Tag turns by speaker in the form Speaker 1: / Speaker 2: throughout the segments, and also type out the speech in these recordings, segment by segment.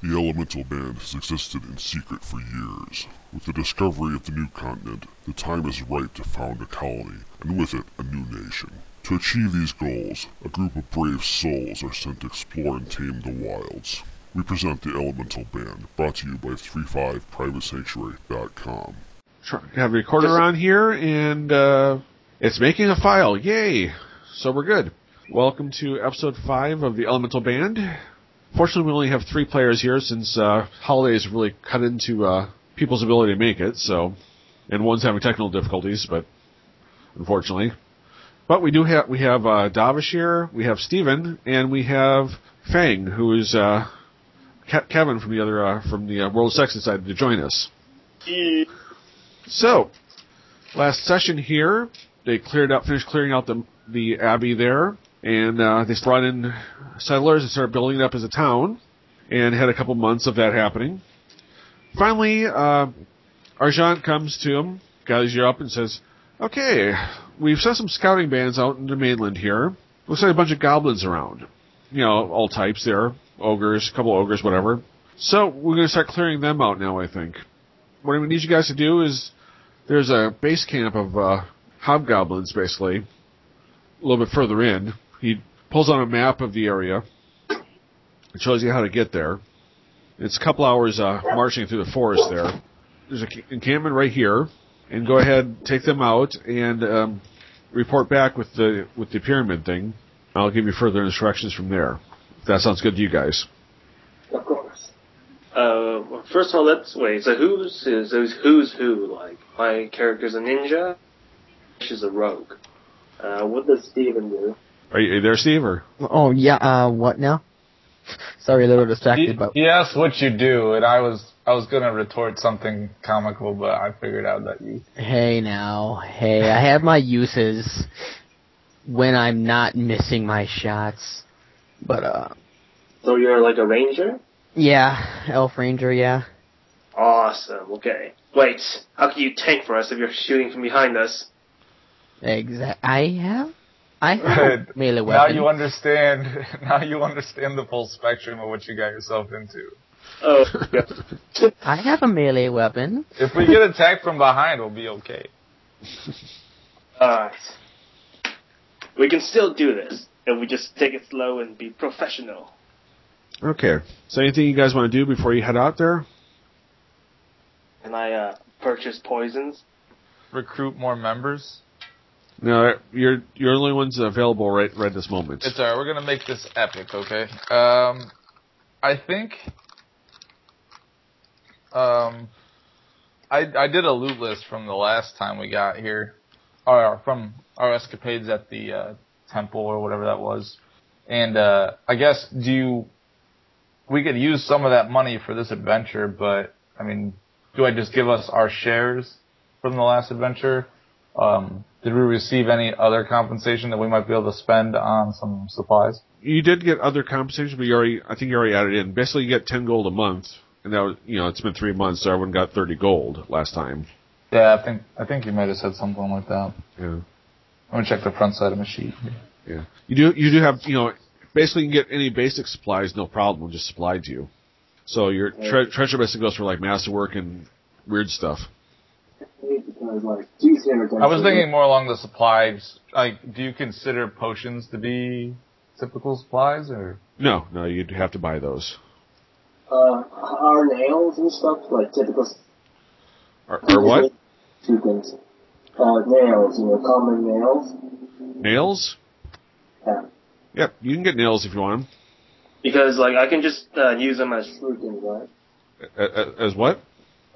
Speaker 1: The elemental band has existed in secret for years. With the discovery of the new continent, the time is ripe to found a colony, and with it, a new nation. To achieve these goals, a group of brave souls are sent to explore and tame the wilds. We present the Elemental Band, brought to you by 35privatesanctuary.com.
Speaker 2: Try- Have a recorder on here, and uh, it's making a file. Yay! So we're good. Welcome to episode five of the Elemental Band. Fortunately, we only have three players here since uh, holidays really cut into uh, people's ability to make it. So, and one's having technical difficulties, but unfortunately, but we do have we have uh, Davish here, we have Steven, and we have Fang, who is uh, Ke- Kevin from the other uh, from the uh, World of Sex decided to join us. So, last session here, they cleared out, finished clearing out the the abbey there, and uh, they brought in settlers and started building it up as a town, and had a couple months of that happening. Finally, uh, Argent comes to him, gathers you up, and says, "Okay, we've sent some scouting bands out into mainland here. Looks like a bunch of goblins around. You know, all types there, ogres, a couple ogres, whatever. So we're going to start clearing them out now. I think." what we need you guys to do is there's a base camp of uh, hobgoblins, basically, a little bit further in. He pulls out a map of the area. It shows you how to get there. It's a couple hours uh, marching through the forest there. There's an encampment right here, and go ahead, take them out, and um, report back with the with the pyramid thing. I'll give you further instructions from there. If that sounds good to you guys.
Speaker 3: Of course. Uh, well, first of all, let's wait. So who's who's who's, who's who? Like my character's a ninja, she's a rogue. Uh, what does Steven do?
Speaker 2: Are you, are you there, Steve? Or
Speaker 4: Oh yeah, uh, what now? Sorry, a little distracted, but
Speaker 5: He asked what you do, and I was I was gonna retort something comical, but I figured out that you.
Speaker 4: hey now, hey, I have my uses when I'm not missing my shots. But uh,
Speaker 3: So you're like a ranger?
Speaker 4: yeah, Elf Ranger, yeah.
Speaker 3: Awesome. Okay. Wait. How can you tank for us if you're shooting from behind us?
Speaker 4: Exact. I have, I have a melee
Speaker 5: Now
Speaker 4: weapon.
Speaker 5: you understand. Now you understand the full spectrum of what you got yourself into.
Speaker 3: Oh, yeah.
Speaker 4: I have a melee weapon.
Speaker 5: If we get attacked from behind, we'll be okay.
Speaker 3: Alright. We can still do this if we just take it slow and be professional.
Speaker 2: okay. So anything you guys want to do before you head out there?
Speaker 3: Can I uh, purchase poisons?
Speaker 5: Recruit more members.
Speaker 2: No, you're you're the only ones available right right this moment.
Speaker 5: It's alright. We're gonna make this epic, okay? Um, I think. Um, I I did a loot list from the last time we got here, or from our escapades at the uh, temple or whatever that was, and uh, I guess do you. We could use some of that money for this adventure, but I mean, do I just give us our shares from the last adventure? Um, did we receive any other compensation that we might be able to spend on some supplies?
Speaker 2: you did get other compensation, but you already I think you already added in. Basically, you get ten gold a month, and that was, you know it's been three months, so everyone got thirty gold last time.
Speaker 5: Yeah, I think I think you might have said something like that.
Speaker 2: Yeah,
Speaker 5: I'm gonna check the front side of my sheet.
Speaker 2: yeah. You do you do have you know basically you can get any basic supplies no problem, just supplied to you. So your tre- treasure basically goes for like masterwork and weird stuff.
Speaker 5: I was thinking more along the supplies. Like, do you consider potions to be typical supplies, or
Speaker 2: No, no, you'd have to buy those.
Speaker 6: Uh, are nails and stuff like typical?
Speaker 2: Or, or what?
Speaker 6: Two things. Uh, nails, you know, common nails.
Speaker 2: Nails?
Speaker 6: Yeah.
Speaker 2: Yep, you can get nails if you want
Speaker 3: Because like I can just uh, use them as
Speaker 6: Shuriken, right?
Speaker 2: them. As what?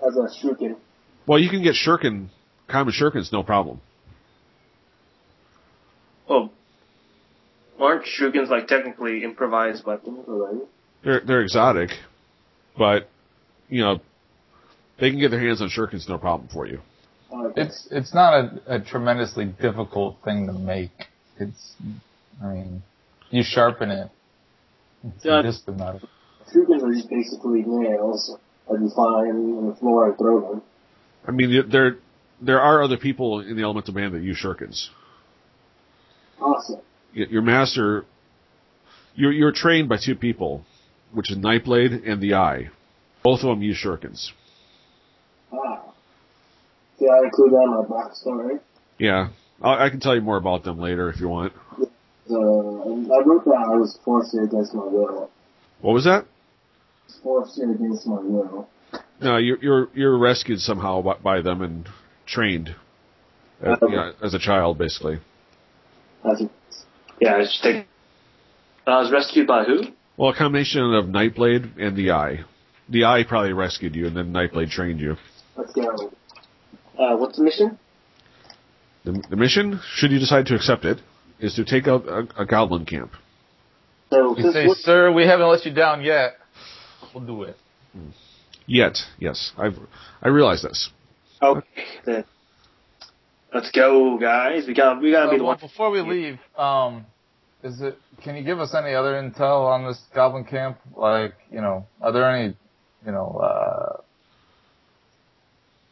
Speaker 6: As a shuriken.
Speaker 2: Well, you can get shuriken, common shurikens, no problem.
Speaker 3: well. Aren't shurikens like technically improvised weapons?
Speaker 6: Alright.
Speaker 2: They're they're exotic, but you know they can get their hands on shurikens no problem for you.
Speaker 6: Okay.
Speaker 5: it's it's not a, a tremendously difficult thing to make. It's, I mean, you sharpen it. It's
Speaker 3: Yeah.
Speaker 5: just a matter.
Speaker 6: Shurikens are just basically nails that you find on the floor and throw them.
Speaker 2: I mean there- there there are other people in the elemental band that use shurikens.
Speaker 6: Awesome.
Speaker 2: Y- Your master, you're you're trained by two people, which is Nightblade and the Eye. Both of them use shurikens.
Speaker 6: Ah. See, I include that in my box, alright?
Speaker 2: Yeah, I, I can tell you more about them later if you want.
Speaker 6: So, and I wrote that I was forced here against my will.
Speaker 2: What was that?
Speaker 6: Forced here against my will.
Speaker 2: No, you're you're, you're rescued somehow by, by them and trained, as,
Speaker 6: Okay.
Speaker 2: yeah, as a child basically.
Speaker 6: That's it.
Speaker 3: Yeah, I just think. I was rescued by who?
Speaker 2: Well, a combination of Nightblade and the Eye. The Eye probably rescued you, and then Nightblade trained you.
Speaker 6: Let's go.
Speaker 3: Uh, what's the mission?
Speaker 2: The, the mission, should you decide to accept it, is to take out a, a goblin camp.
Speaker 3: So,
Speaker 5: You
Speaker 3: since
Speaker 5: say,
Speaker 3: what-
Speaker 5: sir, we haven't let you down yet. We'll do it.
Speaker 2: Yet, yes, I I realize this.
Speaker 3: okay, then. Let's go, guys. We got. We gotta
Speaker 5: Uh,
Speaker 3: be the
Speaker 5: well,
Speaker 3: one.
Speaker 5: before we leave, um, is it? Can you give us any other intel on this goblin camp? Like, you know, are there any, you know, uh,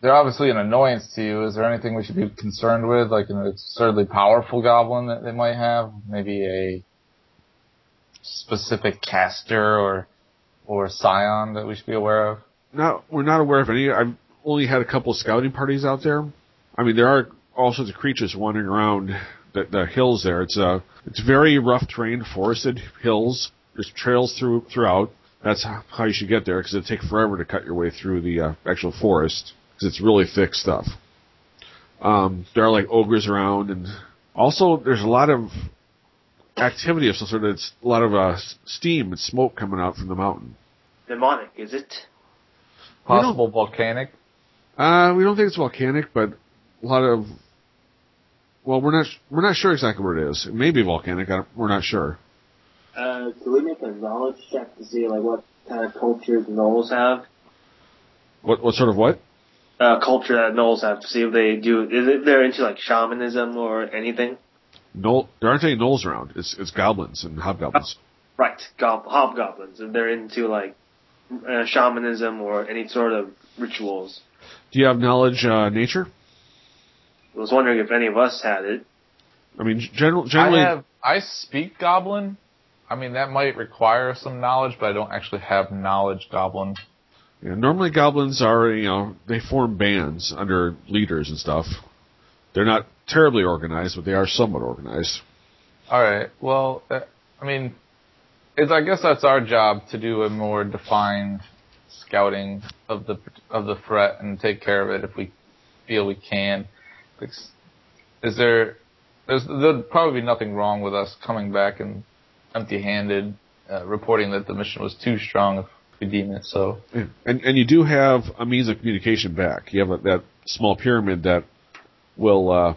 Speaker 5: they're obviously an annoyance to you. Is there anything we should be concerned with? Like an absurdly powerful goblin that they might have? Maybe a specific caster or or scion that we should be aware of?
Speaker 2: Not we're not aware of any. I've only had a couple of scouting parties out there. I mean, there are all sorts of creatures wandering around the, the hills there. It's uh it's very rough terrain, forested hills. There's trails through throughout. That's how how you should get there because it take forever to cut your way through the uh, actual forest because it's really thick stuff. Um, there are like ogres around, and also there's a lot of activity of some sort. It's a lot of uh, s- steam and smoke coming out from the mountain.
Speaker 3: Demonic, is it?
Speaker 2: We don't-
Speaker 5: Possible volcanic.
Speaker 2: Uh, we don't think it's volcanic, but a lot of. Well, we're not we're not sure exactly what it is. It may be volcanic. I don't, we're not sure.
Speaker 6: Uh,
Speaker 3: Can we make a knowledge check to see like what kind of culture the Knowles have?
Speaker 2: What what sort of what?
Speaker 3: Uh, culture that Knowles have to see if they do. Is it, they're into like shamanism or anything?
Speaker 2: Knoll, there aren't any gnolls around. It's it's goblins and hobgoblins.
Speaker 3: Right, gob- hobgoblins. If they're into like uh, shamanism or any sort of rituals.
Speaker 2: Do you have knowledge uh, nature?
Speaker 3: I was wondering if any of us had it.
Speaker 2: I mean, general, generally,
Speaker 5: I have I speak Goblin. I mean that might require some knowledge, but I don't actually have knowledge Goblin.
Speaker 2: yeah, normally goblins are you know they form bands under leaders and stuff. They're not terribly organized, but they are somewhat organized.
Speaker 5: All right. Well, uh, I mean, it's I guess that's our job to do a more defined scouting of the of the threat and take care of it if we feel we can. Is is there? There's there'd probably be nothing wrong with us coming back and empty-handed, uh, reporting that the mission was too strong if we deem it so.
Speaker 2: Yeah. And and you do have a means of communication back. You have a, that small pyramid that will uh,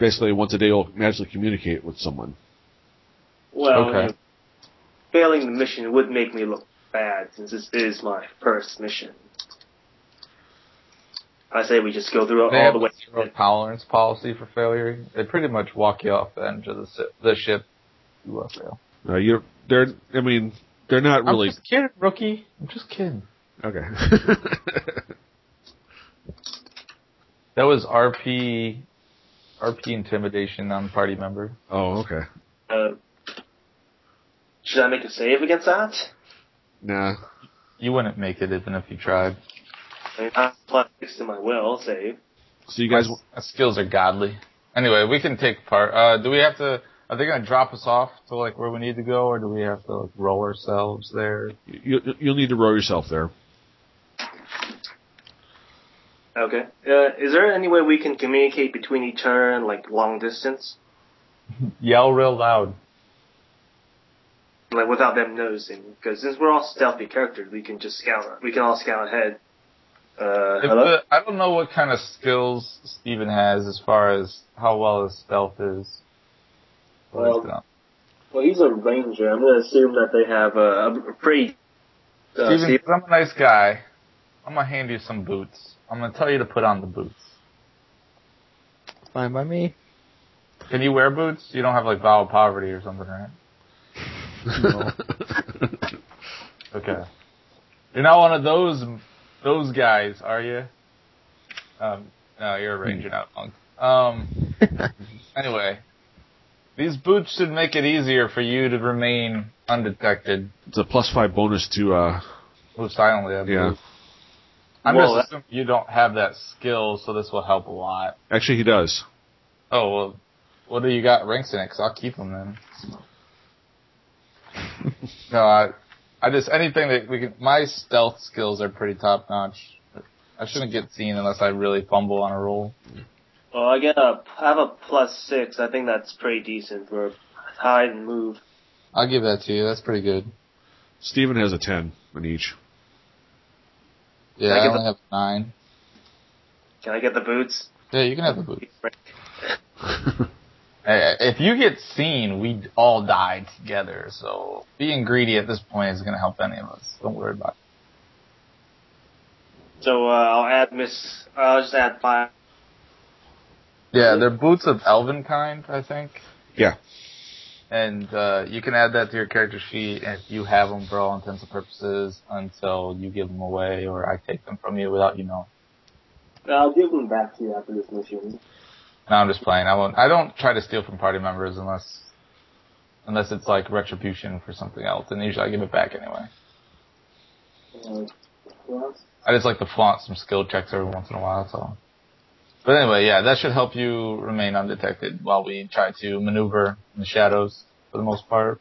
Speaker 2: basically once a day will magically communicate with someone.
Speaker 3: Well,
Speaker 5: Okay.
Speaker 3: failing the mission would make me look bad since this is my first mission. I say we just go through
Speaker 5: They
Speaker 3: all
Speaker 5: have
Speaker 3: the way.
Speaker 5: a zero tolerance policy for failure. They pretty much walk you off the end of the, si- the ship. You will fail.
Speaker 2: Uh, you they're I mean they're not really
Speaker 5: I'm just kidding, rookie. I'm just kidding.
Speaker 2: okay.
Speaker 5: That was RP, RP intimidation on party member.
Speaker 2: oh okay.
Speaker 3: Uh, should I make a save against that?
Speaker 2: Nah.
Speaker 5: You wouldn't make it even if you tried.
Speaker 3: I mean, I'm plus six to my will save.
Speaker 2: So you guys
Speaker 5: My skills are godly. Anyway, we can take part. Uh, do we have to? Are they gonna drop us off to like where we need to go, or do we have to like roll ourselves there?
Speaker 2: you you'll need to row yourself there.
Speaker 3: Okay. Uh, is there any way we can communicate between each other and like long distance,
Speaker 5: Yell real loud.
Speaker 3: like without them noticing? Because since we're all stealthy characters, we can just scout. We can all scout ahead. Uh,
Speaker 5: If
Speaker 3: hello.
Speaker 5: the, I don't know what kind of skills Steven has as far as how well his stealth is.
Speaker 6: Well,
Speaker 3: uh, Well, he's a ranger. I'm going to assume that they have a, a pretty. Uh,
Speaker 5: Steven,
Speaker 3: Steve-
Speaker 5: 'cause I'm a nice guy. I'm gonna hand you some boots. I'm gonna tell you to put on the boots.
Speaker 4: Fine by me.
Speaker 5: Can you wear boots? You don't have like vow of poverty or something, right? Okay. You're not one of those those guys, are you? Um, no, you're a ranger, not a monk. Um, anyway, these boots should make it easier for you to remain undetected.
Speaker 2: It's a plus five bonus to uh
Speaker 5: Move silently, I believe.
Speaker 2: yeah.
Speaker 5: I'm
Speaker 3: Well,
Speaker 5: just assuming you don't have that skill, so this will help a lot.
Speaker 2: Actually, he does.
Speaker 5: Oh well, what do you got ranks in it? Cause I'll keep them then. no, I, I just anything that we can. My stealth skills are pretty top notch. I shouldn't get seen unless I really fumble on a roll.
Speaker 3: Well, I get a I have a plus six. I think that's pretty decent for hide and move.
Speaker 5: I'll give that to you. That's pretty good.
Speaker 2: Steven has a ten on each.
Speaker 5: Yeah,
Speaker 3: I
Speaker 5: I,
Speaker 3: get
Speaker 5: only have nine.
Speaker 3: Can I get the boots?
Speaker 5: Yeah, you can have the boot. Hey, if you get seen, we all die together. So being greedy at this point is going to help any of us. Don't worry about it.
Speaker 3: So uh, I'll add Miss. I'll just add five.
Speaker 5: Yeah, they're boots of elven kind, I think.
Speaker 2: Yeah.
Speaker 5: And uh, you can add that to your character sheet if you have them for all intents and purposes until you give them away or I take them from you without you knowing.
Speaker 6: I'll give them back to you after this mission.
Speaker 5: No, I'm just playing. I won't. I don't try to steal from party members unless unless it's like retribution for something else, and usually I give it back anyway.
Speaker 6: Uh, yeah.
Speaker 5: I just like to flaunt some skill checks every once in a while, so. But anyway, yeah, that should help you remain undetected while we try to maneuver in the shadows for the most part.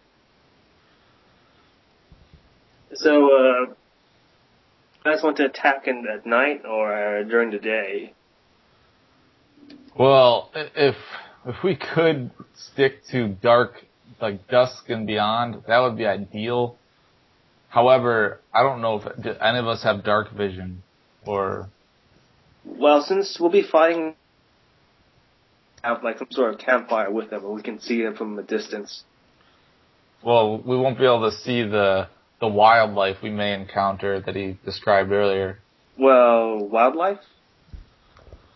Speaker 3: So uh, I just want to attack in, at night or uh, during the day.
Speaker 5: Well, i- if if we could stick to dark, like dusk and beyond, that would be ideal. However, I don't know if do any of us have dark vision, or
Speaker 3: Well, since we'll be fighting, have like some sort of campfire with them, and we can see them from a distance.
Speaker 5: well, we won't be able to see the the wildlife we may encounter that he described earlier.
Speaker 3: Well, wildlife.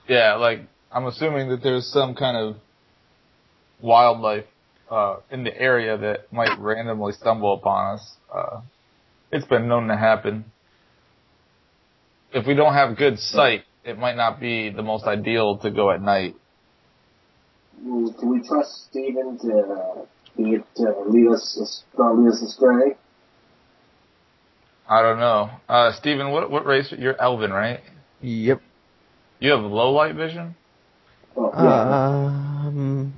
Speaker 5: Yeah, like I'm assuming that there's some kind of wildlife uh, in the area that might randomly stumble upon us. Uh, it's been known to happen. If we don't have good sight, it might not be the most ideal to go at night.
Speaker 6: Mm, Can we trust Steven to uh, be it to lead us, as- not lead us astray?
Speaker 5: I don't know, uh, Steven, What what race? You're Elvin, right?
Speaker 4: Yep.
Speaker 5: You have low light vision.
Speaker 6: Oh, yeah.
Speaker 4: Um.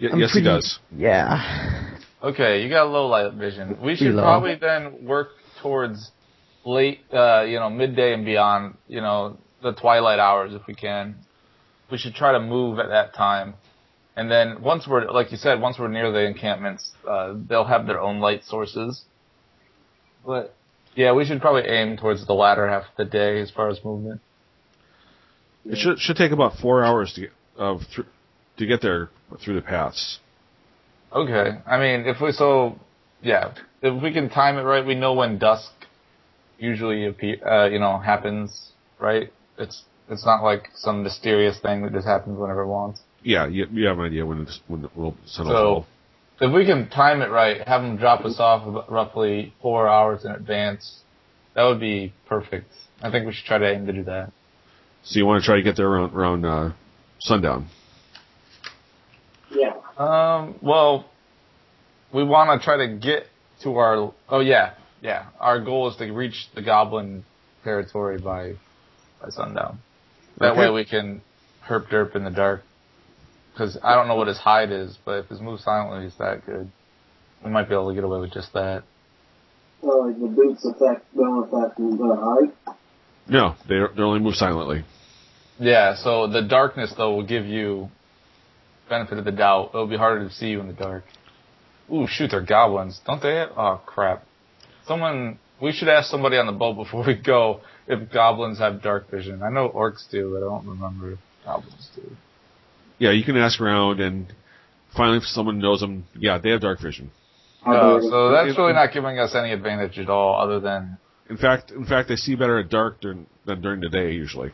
Speaker 2: Y-
Speaker 4: I'm
Speaker 2: yes, he
Speaker 4: pretty-
Speaker 2: does.
Speaker 4: Yeah.
Speaker 5: Okay, you got low light vision. We should
Speaker 4: low.
Speaker 5: probably then work towards late, uh, you know, midday and beyond, you know, the twilight hours if we can. We should try to move at that time. And then once we're, like you said, once we're near the encampments, uh, they'll have their own light sources. But yeah, we should probably aim towards the latter half of the day as far as movement.
Speaker 2: It should should take about four hours to get, of thr to get there through the paths.
Speaker 5: Okay. I mean, if we so, yeah, if we can time it right, we know when dusk usually appear, uh, you know, happens, right? It's it's not like some mysterious thing that just happens whenever it wants.
Speaker 2: Yeah, you, you have an idea when it's when it will settle.
Speaker 5: So if we can time it right, have them drop us off ab- roughly four hours in advance, that would be perfect. I think we should try to aim to do that.
Speaker 2: so you want to try to get there around around uh, sundown.
Speaker 6: yeah.
Speaker 5: Um, well, we want to try to get to our. Oh yeah, yeah. Our goal is to reach the goblin territory by by sundown. That
Speaker 2: Okay.
Speaker 5: way we can herp derp in the dark. Because I don't know what his hide is, but if his move silently is that good, we might be able to get away with just that.
Speaker 6: Well, the boots affect, don't affect the height.
Speaker 2: No, they they only move silently.
Speaker 5: Yeah. So the darkness though will give you benefit of the doubt. It'll be harder to see you in the dark. Ooh, shoot! They're goblins, don't they? Oh crap! Someone, we should ask somebody on the boat before we go if goblins have dark vision. I know orcs do, but I don't remember if goblins do.
Speaker 2: Yeah, you can ask around and finally if someone knows them. Yeah, they have dark vision.
Speaker 5: No, Uh, Oh, so that's really not giving us any advantage at all, other than
Speaker 2: In fact, in fact, they see better at dark during, than during the day usually.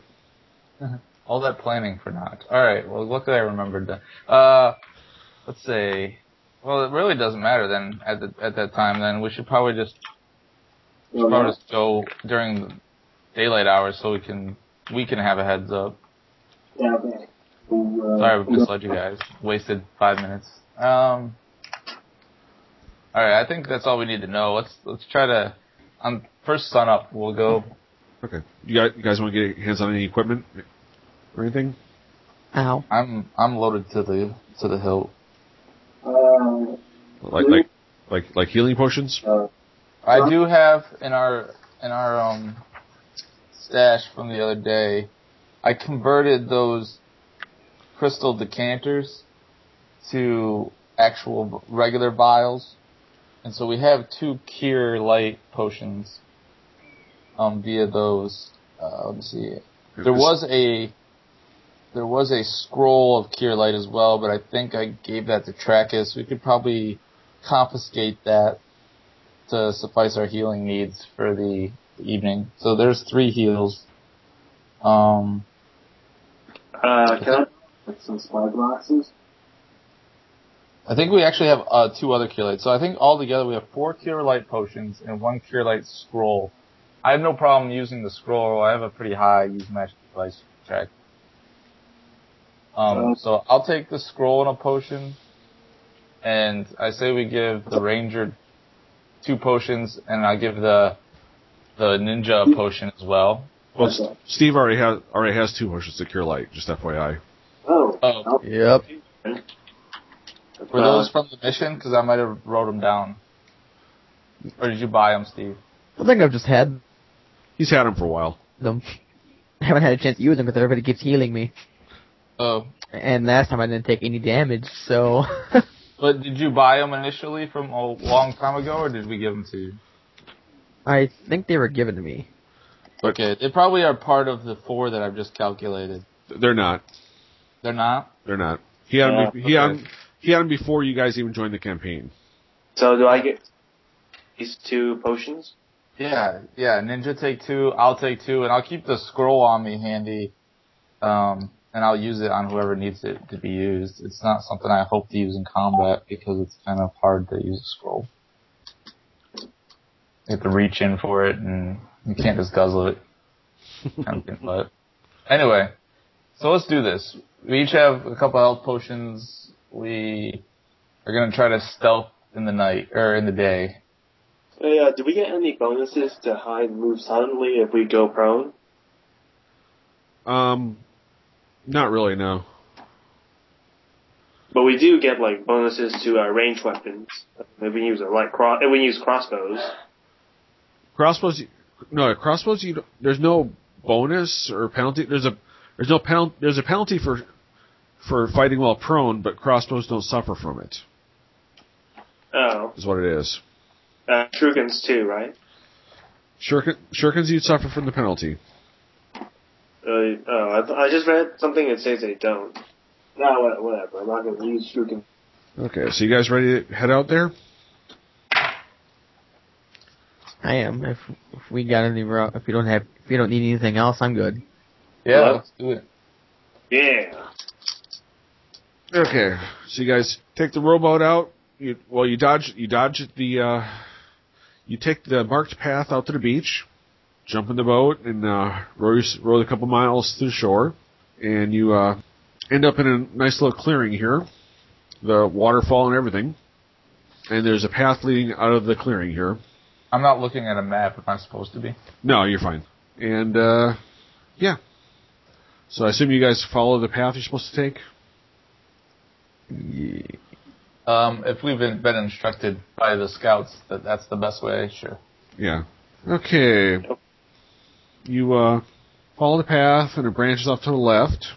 Speaker 5: all that planning for naught. All right. Well, luckily I remembered that. Uh, let's see. Well, it really doesn't matter then. At the, at that time, then we should probably just
Speaker 6: Well,
Speaker 5: probably just go during the daylight hours so we can we can have a heads up.
Speaker 6: yeah, okay. Who, uh,
Speaker 5: Sorry, I
Speaker 6: who-
Speaker 5: misled you guys. Wasted five minutes. Um, All right, I think that's all we need to know. Let's let's try to on first sun up. We'll go.
Speaker 2: Okay. You guys, you guys want to get hands on any equipment or anything?
Speaker 4: Ow.
Speaker 5: I'm I'm loaded to the to the hilt.
Speaker 6: Uh,
Speaker 2: Like like like like healing potions?
Speaker 6: uh,
Speaker 5: I do have in our in our um stash from the other day. I converted those crystal decanters to actual v- regular vials, and so we have two cure light potions um via those. Uh, let me see. There was a there was a scroll of cure light as well, but I think I gave that to Trachis. We could probably confiscate that to suffice our healing needs for the evening. So there's three heals. Um,
Speaker 3: Uh, can I,
Speaker 6: like some spyglasses.
Speaker 5: I think we actually have uh, two other cure lights. So I think altogether we have four cure light potions and one cure light scroll. I have no problem using the scroll. I have a pretty high use magic device check. Um, so I'll take the scroll and a potion, and I say we give the ranger two potions, and I give the the ninja a potion as well.
Speaker 2: Well, S- Steve already has already has two potions to cure light. Just FYI.
Speaker 6: Oh,
Speaker 5: Oh,
Speaker 4: Yep.
Speaker 5: were those from the mission? Because I might have wrote them down. Or did you buy them, Steve?
Speaker 4: I think I've just had
Speaker 2: He's had them for a while.
Speaker 4: them. I haven't had a chance to use them because everybody keeps healing me.
Speaker 5: Oh,
Speaker 4: And last time I didn't take any damage, so
Speaker 5: But did you buy them initially from a long time ago, or did we give them to you?
Speaker 4: I think they were given to me.
Speaker 5: Okay, they probably are part of the four that I've just calculated.
Speaker 2: They're not.
Speaker 5: They're not.
Speaker 2: They're not. He had 'em
Speaker 3: Yeah,
Speaker 2: be- he had
Speaker 5: okay.
Speaker 2: 'em- he had 'em before you guys even joined the campaign.
Speaker 3: so do I get these two potions?
Speaker 5: Yeah, yeah. Ninja take two. I'll take two, and I'll keep the scroll on me handy, um, and I'll use it on whoever needs it to be used. It's not something I hope to use in combat because it's kind of hard to use a scroll. You have to reach in for it, and you can't just guzzle it. Kind of thing, but anyway, so let's do this. We each have a couple health potions. We are gonna try to stealth in the night or in the day.
Speaker 3: Uh, yeah, do we get any bonuses to hide and move silently if we go prone?
Speaker 2: Um, not really. No.
Speaker 3: But we do get like bonuses to our range weapons. If we use a light cross, if we use crossbows.
Speaker 2: Crossbows. No crossbows. You. don't- There's no bonus or penalty. There's a. There's no penalty. There's a penalty for, for fighting while prone, but crossbows don't suffer from it.
Speaker 3: Oh,
Speaker 2: Is what it is.
Speaker 3: uh, shurikens too, right?
Speaker 2: Shuriken, shurikens, you'd suffer from the penalty.
Speaker 3: Uh, oh, I, th- I just read something that says they don't.
Speaker 6: no, wha- whatever. I'm not going to use shuriken.
Speaker 2: Okay, so you guys ready to head out there?
Speaker 4: I am. If if we got any ro- if we don't have if we don't need anything else, I'm good.
Speaker 5: Yeah,
Speaker 3: Hello?
Speaker 5: let's do it.
Speaker 3: Yeah.
Speaker 2: Okay, so you guys take the rowboat out. You, well, you dodge. You dodge the. Uh, you take the marked path out to the beach, jump in the boat, and uh, row your, s- row a couple miles to the shore, and you uh, end up in a nice little clearing here, the waterfall and everything. And there's a path leading out of the clearing here.
Speaker 5: I'm not looking at a map. Am I supposed to be?
Speaker 2: No, you're fine. And uh, yeah, so I assume you guys follow the path you're supposed to take.
Speaker 5: Um, if we've been, been instructed by the scouts that that's the best way, sure.
Speaker 2: Yeah. Okay. You uh, follow the path, and it branches off to the left.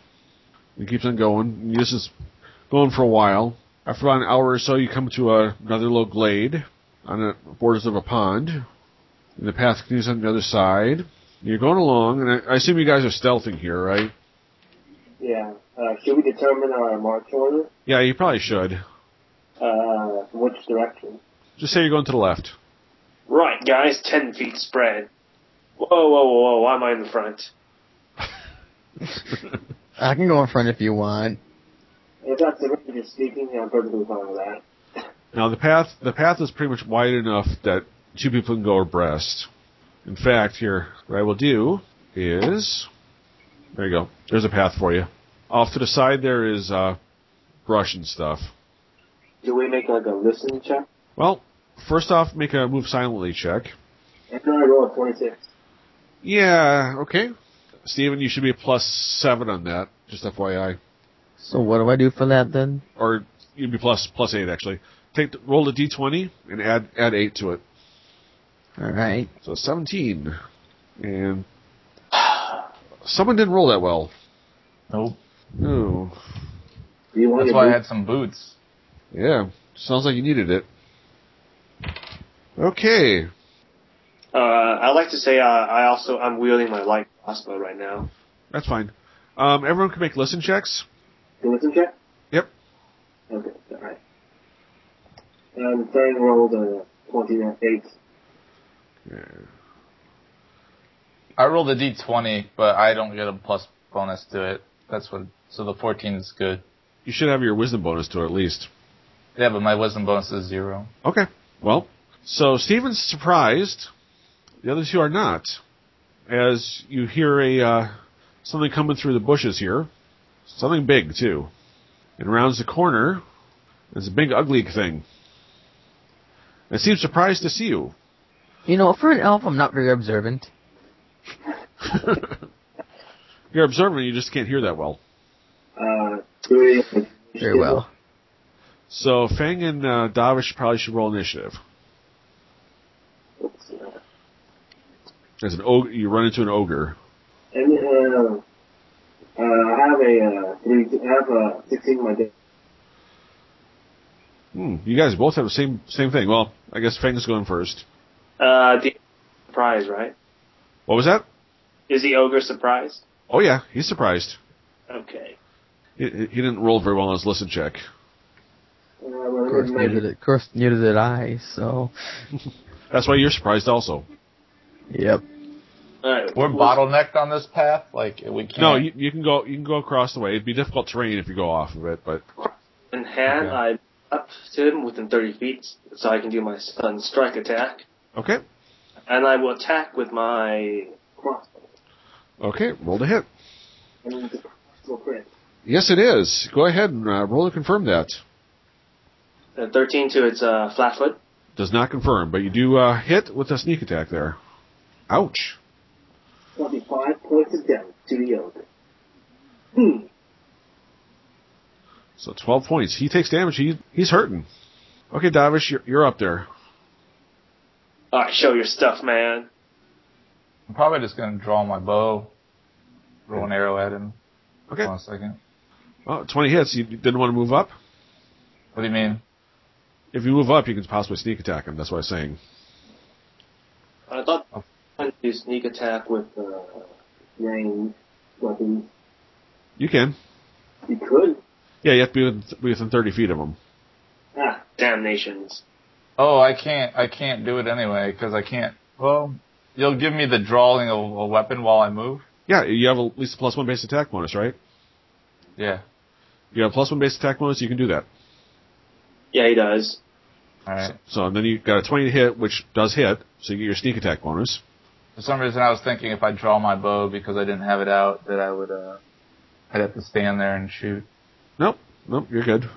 Speaker 2: It keeps on going. This is going for a while. After about an hour or so, you come to a, another little glade on the borders of a pond, and the path continues on the other side. You're going along, and I, I assume you guys are stealthing here, right?
Speaker 6: Yeah. Uh, should we determine our march order?
Speaker 2: Yeah, you probably should.
Speaker 6: Uh, which direction?
Speaker 2: Just say you're going to the left.
Speaker 3: Right, guys, ten feet spread. Whoa, whoa, whoa, whoa! Why am I in the front?
Speaker 4: I can go in front if you want.
Speaker 6: If that's the range of speaking, I'm perfectly fine with that.
Speaker 2: Now the path the path is pretty much wide enough that two people can go abreast. In fact, here what I will do is there you go. There's a path for you. Off to the side there is uh, brush and stuff.
Speaker 6: Do we make like a listen check?
Speaker 2: Well, First off, make a move silently check.
Speaker 6: And then I roll a 26.
Speaker 2: Yeah, okay. Steven, you should be a plus seven on that, just FYI.
Speaker 4: So what do I do for that then?
Speaker 2: Or you'd be plus plus eight actually. Take the, roll a D twenty and add add eight to it.
Speaker 4: All right.
Speaker 2: So seventeen. And someone didn't roll that well.
Speaker 5: Nope.
Speaker 2: No.
Speaker 6: Do you want
Speaker 5: That's
Speaker 6: your
Speaker 5: why I
Speaker 6: boot?
Speaker 5: had some boots.
Speaker 2: Yeah. Sounds like you needed it. Okay.
Speaker 3: Uh, I like to say uh, I also I'm wielding my light crossbow right now.
Speaker 2: That's fine. Um, everyone can make listen checks.
Speaker 6: The wisdom check?
Speaker 2: Yep.
Speaker 6: Okay, alright. And Thane rolled a 28.
Speaker 5: I rolled a d20, but I don't get a plus bonus to it. That's what. So the 14 is good.
Speaker 2: You should have your wisdom bonus to it at least.
Speaker 5: Yeah, but my wisdom bonus is zero.
Speaker 2: Okay. Well, so Steven's surprised. The other two are not. As you hear a uh, something coming through the bushes here, something big too, and rounds the corner. There's a big ugly thing. It seems surprised to see you.
Speaker 4: You know, for an elf, I'm not very observant.
Speaker 2: You're observant. You just can't hear that well.
Speaker 6: Uh, three.
Speaker 4: Very well.
Speaker 2: So Fang and uh, Davish probably should roll initiative.
Speaker 6: Oops, uh,
Speaker 2: As an og you run into an ogre.
Speaker 6: And, uh, uh, I have a, uh, three, I have a 16 in my deck.
Speaker 2: Hmm, you guys both have the same same thing. Well, I guess Fang's going first.
Speaker 3: Uh, the surprise, right?
Speaker 2: What was that?
Speaker 3: Is the ogre surprised?
Speaker 2: Oh yeah, he's surprised.
Speaker 3: Okay.
Speaker 2: He, he didn't roll very well on his listen check.
Speaker 6: Uh,
Speaker 4: Of course,
Speaker 6: well,
Speaker 4: neither
Speaker 6: maybe.
Speaker 4: did, of course, neither did I. So,
Speaker 2: That's why you're surprised also.
Speaker 4: yep.
Speaker 3: All right.
Speaker 5: We're
Speaker 3: Who's-
Speaker 5: bottlenecked on this path. Like we can't.
Speaker 2: No, you, you can go you can go across the way. It'd be difficult terrain if you go off of it, but
Speaker 3: In hand,
Speaker 2: Okay.
Speaker 3: I'm up to him within 30 feet, so I can do my stun strike attack.
Speaker 2: okay.
Speaker 3: And I will attack with my crossbow.
Speaker 2: Okay, roll to hit.
Speaker 6: And it's a possible crit.
Speaker 2: Yes, it is. Go ahead and uh, roll to confirm that.
Speaker 3: Uh, 13 to its uh, flat foot.
Speaker 2: Does not confirm, but you do uh, hit with a sneak attack there. Ouch.
Speaker 6: 25 points of damage to the ogre. Hmm.
Speaker 2: So 12 points. He takes damage. He, he's hurting. Okay, Davish, you're, you're up there.
Speaker 3: All right, show your stuff, man.
Speaker 5: I'm probably just gonna draw my bow, roll an arrow at him.
Speaker 2: Okay.
Speaker 5: One second.
Speaker 2: Oh, 20 hits. You didn't want to move up?
Speaker 5: What do you mean?
Speaker 2: If you move up, you can possibly sneak attack him. That's what I'm saying.
Speaker 3: I thought
Speaker 6: Oh.
Speaker 3: I wanted to do sneak attack with. Uh,
Speaker 6: Range, weapons.
Speaker 2: You can.
Speaker 6: You could.
Speaker 2: Yeah, you have to be within, be within 30 feet of him.
Speaker 3: ah, damnations.
Speaker 5: Oh, I can't. I can't do it anyway because I can't. Well, you'll give me the drawing of a weapon while I move.
Speaker 2: Yeah, you have at least a plus one base attack bonus, right?
Speaker 5: Yeah.
Speaker 2: You have a plus one base attack bonus, you can do that.
Speaker 3: Yeah, he does.
Speaker 5: All right.
Speaker 2: So then you got a 20 to hit, which does hit, so you get your sneak attack bonus.
Speaker 5: For some reason, I was thinking if I draw my bow because I didn't have it out, that I would. uh I'd have to stand there and shoot.
Speaker 2: Nope, nope, you're good.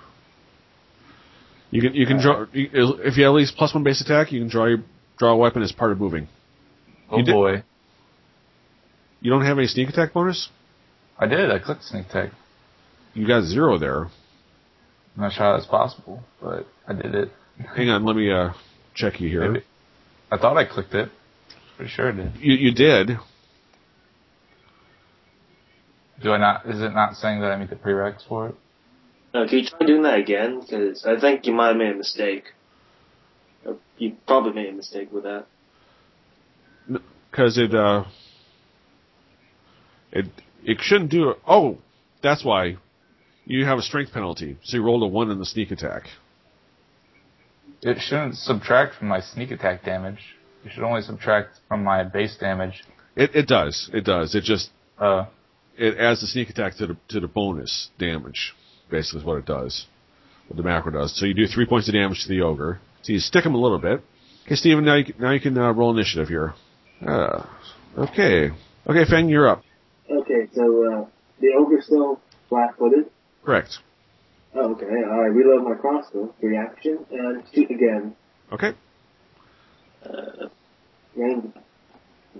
Speaker 2: You can you can draw you- if you have at least plus one base attack, you can draw your draw a weapon as part of moving.
Speaker 5: Oh
Speaker 2: You did-
Speaker 5: boy.
Speaker 2: You don't have any sneak attack bonus.
Speaker 5: I did. I clicked sneak attack.
Speaker 2: You got zero there.
Speaker 5: I'm not sure how that's possible, but I did it.
Speaker 2: Hang on, let me uh, check you here.
Speaker 5: Maybe. I thought I clicked it. Pretty sure I did.
Speaker 2: You you did.
Speaker 5: Do I not? Is it not saying that I meet the prereqs for it?
Speaker 3: No, can you try doing that again? Because I think you might have made a mistake. Uh, You probably made a mistake with that.
Speaker 2: because it uh, it it shouldn't do. it. Oh, that's why you have a strength penalty. So you rolled a one in the sneak attack.
Speaker 5: It shouldn't subtract from my sneak attack damage. It should only subtract from my base damage.
Speaker 2: It it does. It does. It just
Speaker 5: Uh,
Speaker 2: it adds the sneak attack to the to the bonus damage. Basically, is what it does. What the macro does. So you do three points of damage to the ogre. So you stick him a little bit. Okay, Steven, now you, can- now you can uh, roll initiative here. Uh, okay. Okay, Fang, you're up.
Speaker 6: Okay, so uh, the ogre's still flat-footed.
Speaker 2: Correct.
Speaker 6: Oh, okay. I reload my crossbow, reaction, and shoot again.
Speaker 2: Okay.
Speaker 6: uh, range,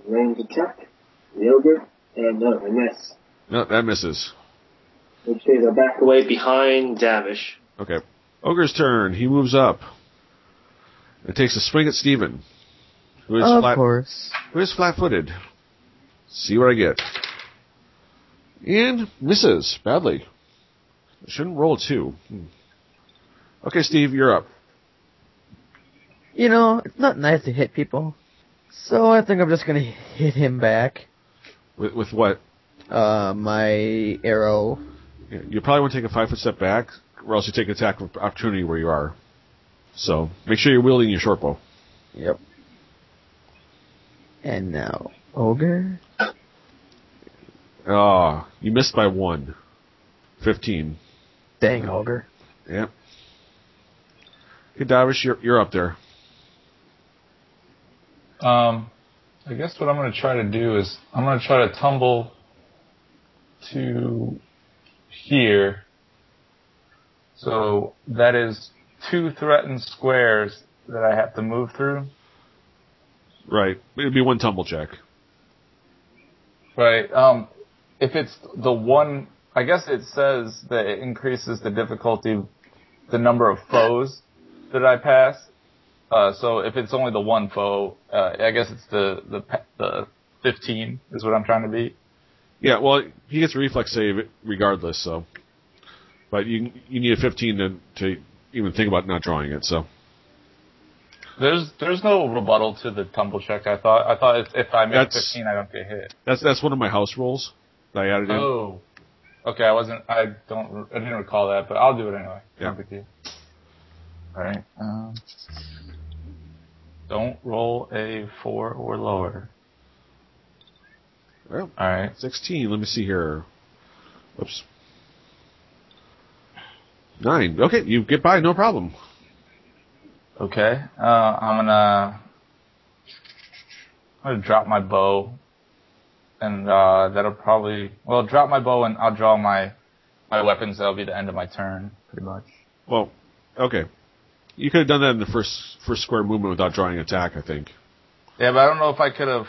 Speaker 6: range attack, yogurt, and no, a miss.
Speaker 2: No, that misses.
Speaker 6: Which is a back away.
Speaker 3: Way behind Davish.
Speaker 2: Okay. Ogre's turn. He moves up. It takes a swing at Steven. Who is
Speaker 4: of
Speaker 2: flat
Speaker 4: course.
Speaker 2: who is flat footed. See what I get. And misses badly. Shouldn't roll two. Hmm. Okay, Steve, you're up.
Speaker 4: You know, it's not nice to hit people. So I think I'm just gonna hit him back.
Speaker 2: With, with what?
Speaker 4: Uh, my arrow.
Speaker 2: You probably want to take a five foot step back, or else you take an attack of opportunity where you are. So make sure you're wielding your short bow.
Speaker 4: Yep. And now, ogre.
Speaker 2: Ah, you missed by one. Fifteen.
Speaker 4: Dang, ogre.
Speaker 2: Yep. Okay, Davish, you're, you're up there.
Speaker 5: Um, I guess what I'm going to try to do is I'm going to try to tumble to here. So that is two threatened squares that I have to move through.
Speaker 2: Right. It'd be one tumble check.
Speaker 5: Right. Um, if it's the one, I guess it says that it increases the difficulty, the number of foes that I pass. Uh, so if it's only the one foe, uh, I guess it's the the pa- the fifteen is what I'm trying to beat.
Speaker 2: Yeah, well, he gets a reflex save regardless, so. But you you need a 15 to, to even think about not drawing it, so.
Speaker 5: There's there's no rebuttal to the tumble check. I thought I thought if, if I make
Speaker 2: That's-
Speaker 5: fifteen, I don't get hit.
Speaker 2: That's that's one of my house rules that I added in.
Speaker 5: Oh, okay. I wasn't. I don't. re- I didn't recall that, but I'll do it anyway.
Speaker 2: Yeah.
Speaker 5: No big deal. All right. Um, don't roll a four or lower.
Speaker 2: Well,
Speaker 5: All right.
Speaker 2: 16, let me see here. Oops. 9. Okay, you get by, no problem.
Speaker 5: Okay. Uh, I'm gonna. I'm gonna drop my bow, and uh, that'll probably. Well, drop my bow, and I'll draw my my weapons. That'll be the end of my turn, pretty much.
Speaker 2: Well, okay. You could have done that in the first first square movement without drawing an attack, I think.
Speaker 5: Yeah, but I don't know if I could have.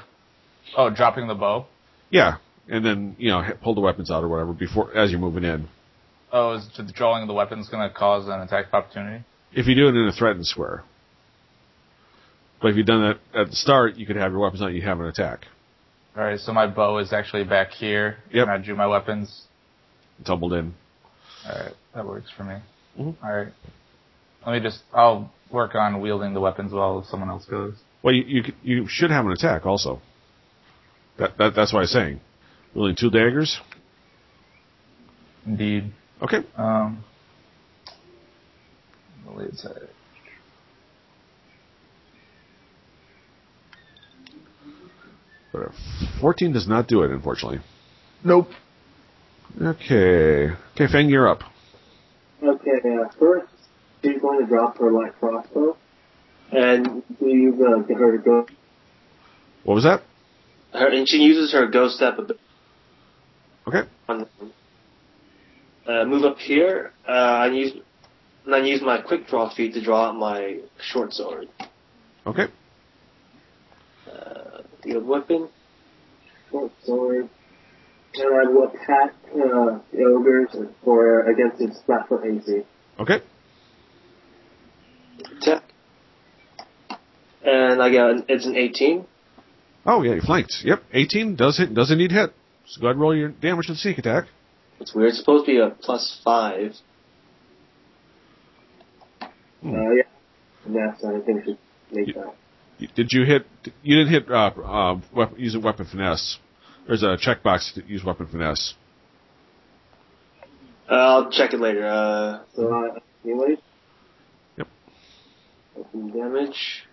Speaker 5: Oh, dropping the bow.
Speaker 2: Yeah, and then, you know, h- pull the weapons out or whatever before as you're moving in.
Speaker 5: Oh, is the drawing of the weapons going to cause an attack of opportunity?
Speaker 2: if you do it in a threatened square. But if you've done that at the start, you could have your weapons out, you have an attack.
Speaker 5: All right, so my bow is actually back here.
Speaker 2: Yep.
Speaker 5: And I drew my weapons.
Speaker 2: Tumbled in.
Speaker 5: All right, that works for me.
Speaker 2: Mhm.
Speaker 5: All right. Let me just. I'll work on wielding the weapons while someone else goes.
Speaker 2: Well, you, you, c- you should have an attack also. That, that, that's what I was saying. Wielding two daggers.
Speaker 5: Indeed.
Speaker 2: Okay.
Speaker 5: Um. really excited.
Speaker 2: But a 14 does not do it, unfortunately.
Speaker 5: Nope.
Speaker 2: Okay. Okay, Fang, you're up.
Speaker 6: Okay, uh, first, she's going to drop her light crossbow, and she's uh, get her to go.
Speaker 2: What was that?
Speaker 3: Her, and she uses her ghost step a bit
Speaker 2: Okay.
Speaker 3: on uh, move up here. Uh, I use and I use my quick draw feat to draw out my short sword.
Speaker 2: Okay.
Speaker 3: Uh, the weapon.
Speaker 6: Oh, sorry. And I will attack uh, the ogres for against its flat foot AC.
Speaker 2: Okay.
Speaker 3: Attack. And I got an, it's an 18.
Speaker 2: Oh, yeah, you flanked. Yep. 18 does hit, does indeed hit. So go ahead and roll your damage and sneak attack.
Speaker 3: It's weird. It's supposed to be a plus five.
Speaker 6: Uh, yeah. And that's I think she make that.
Speaker 2: You- Did you hit? You didn't hit. Uh, uh, weapon, using weapon finesse. There's a checkbox to use weapon finesse.
Speaker 3: Uh, I'll check it later. Uh,
Speaker 6: So uh, anyway.
Speaker 2: Yep.
Speaker 6: Some damage.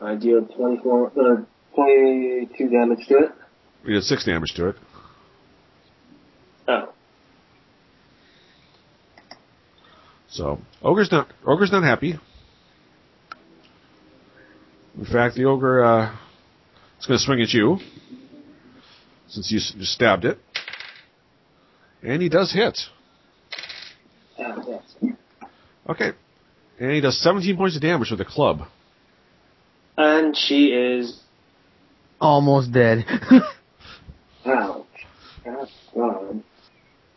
Speaker 6: I deal 24, uh, 22 damage to it.
Speaker 2: You did six damage to it.
Speaker 3: oh,
Speaker 2: So ogre's not ogre's not happy. In fact, the ogre uh, is going to swing at you since you s- you stabbed it, and he does hit.
Speaker 6: Ah, yes.
Speaker 2: Okay, and he does 17 points of damage with a club.
Speaker 3: And she is.
Speaker 4: Almost dead.
Speaker 6: Ouch. That's fun.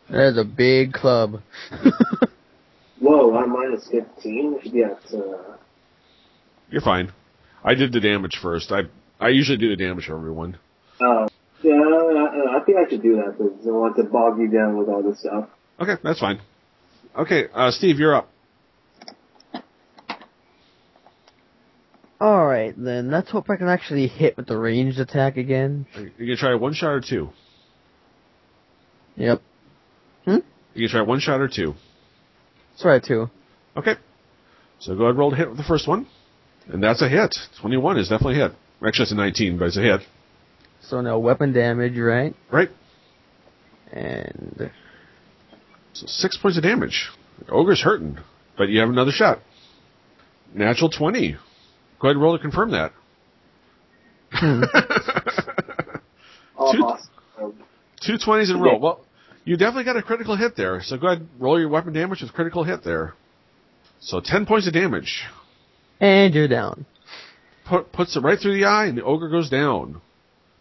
Speaker 4: That's a big club.
Speaker 6: Whoa, I'm minus 15? Yes, uh,
Speaker 2: You're fine. I did the damage first. I I usually do the damage for everyone.
Speaker 6: oh. Yeah, I, I- I think I should do that because I don't want to bog you down with all this stuff.
Speaker 2: Okay, that's fine. Okay, uh, Steve, you're up.
Speaker 4: Alright then, let's hope I can actually hit with the ranged attack again.
Speaker 2: Are you gonna try one shot or two?
Speaker 4: Yep.
Speaker 2: You can try one shot or two.
Speaker 4: That's right too.
Speaker 2: Okay. So go ahead and roll to hit with the first one. And that's a hit. 21 is definitely a hit. Actually, it's a 19, but it's a hit.
Speaker 4: So no weapon damage, right?
Speaker 2: Right?
Speaker 4: And
Speaker 2: So six points of damage. Ogre's hurting, but you have another shot. Natural 20. Go ahead and roll to confirm that.
Speaker 6: All
Speaker 2: Two-
Speaker 6: awesome.
Speaker 2: Two 20s in a row. Well, you definitely got a critical hit there, so go ahead and roll your weapon damage with critical hit there. So 10 points of damage.
Speaker 4: and you're down.
Speaker 2: Put, puts it right through the eye, and the ogre goes down.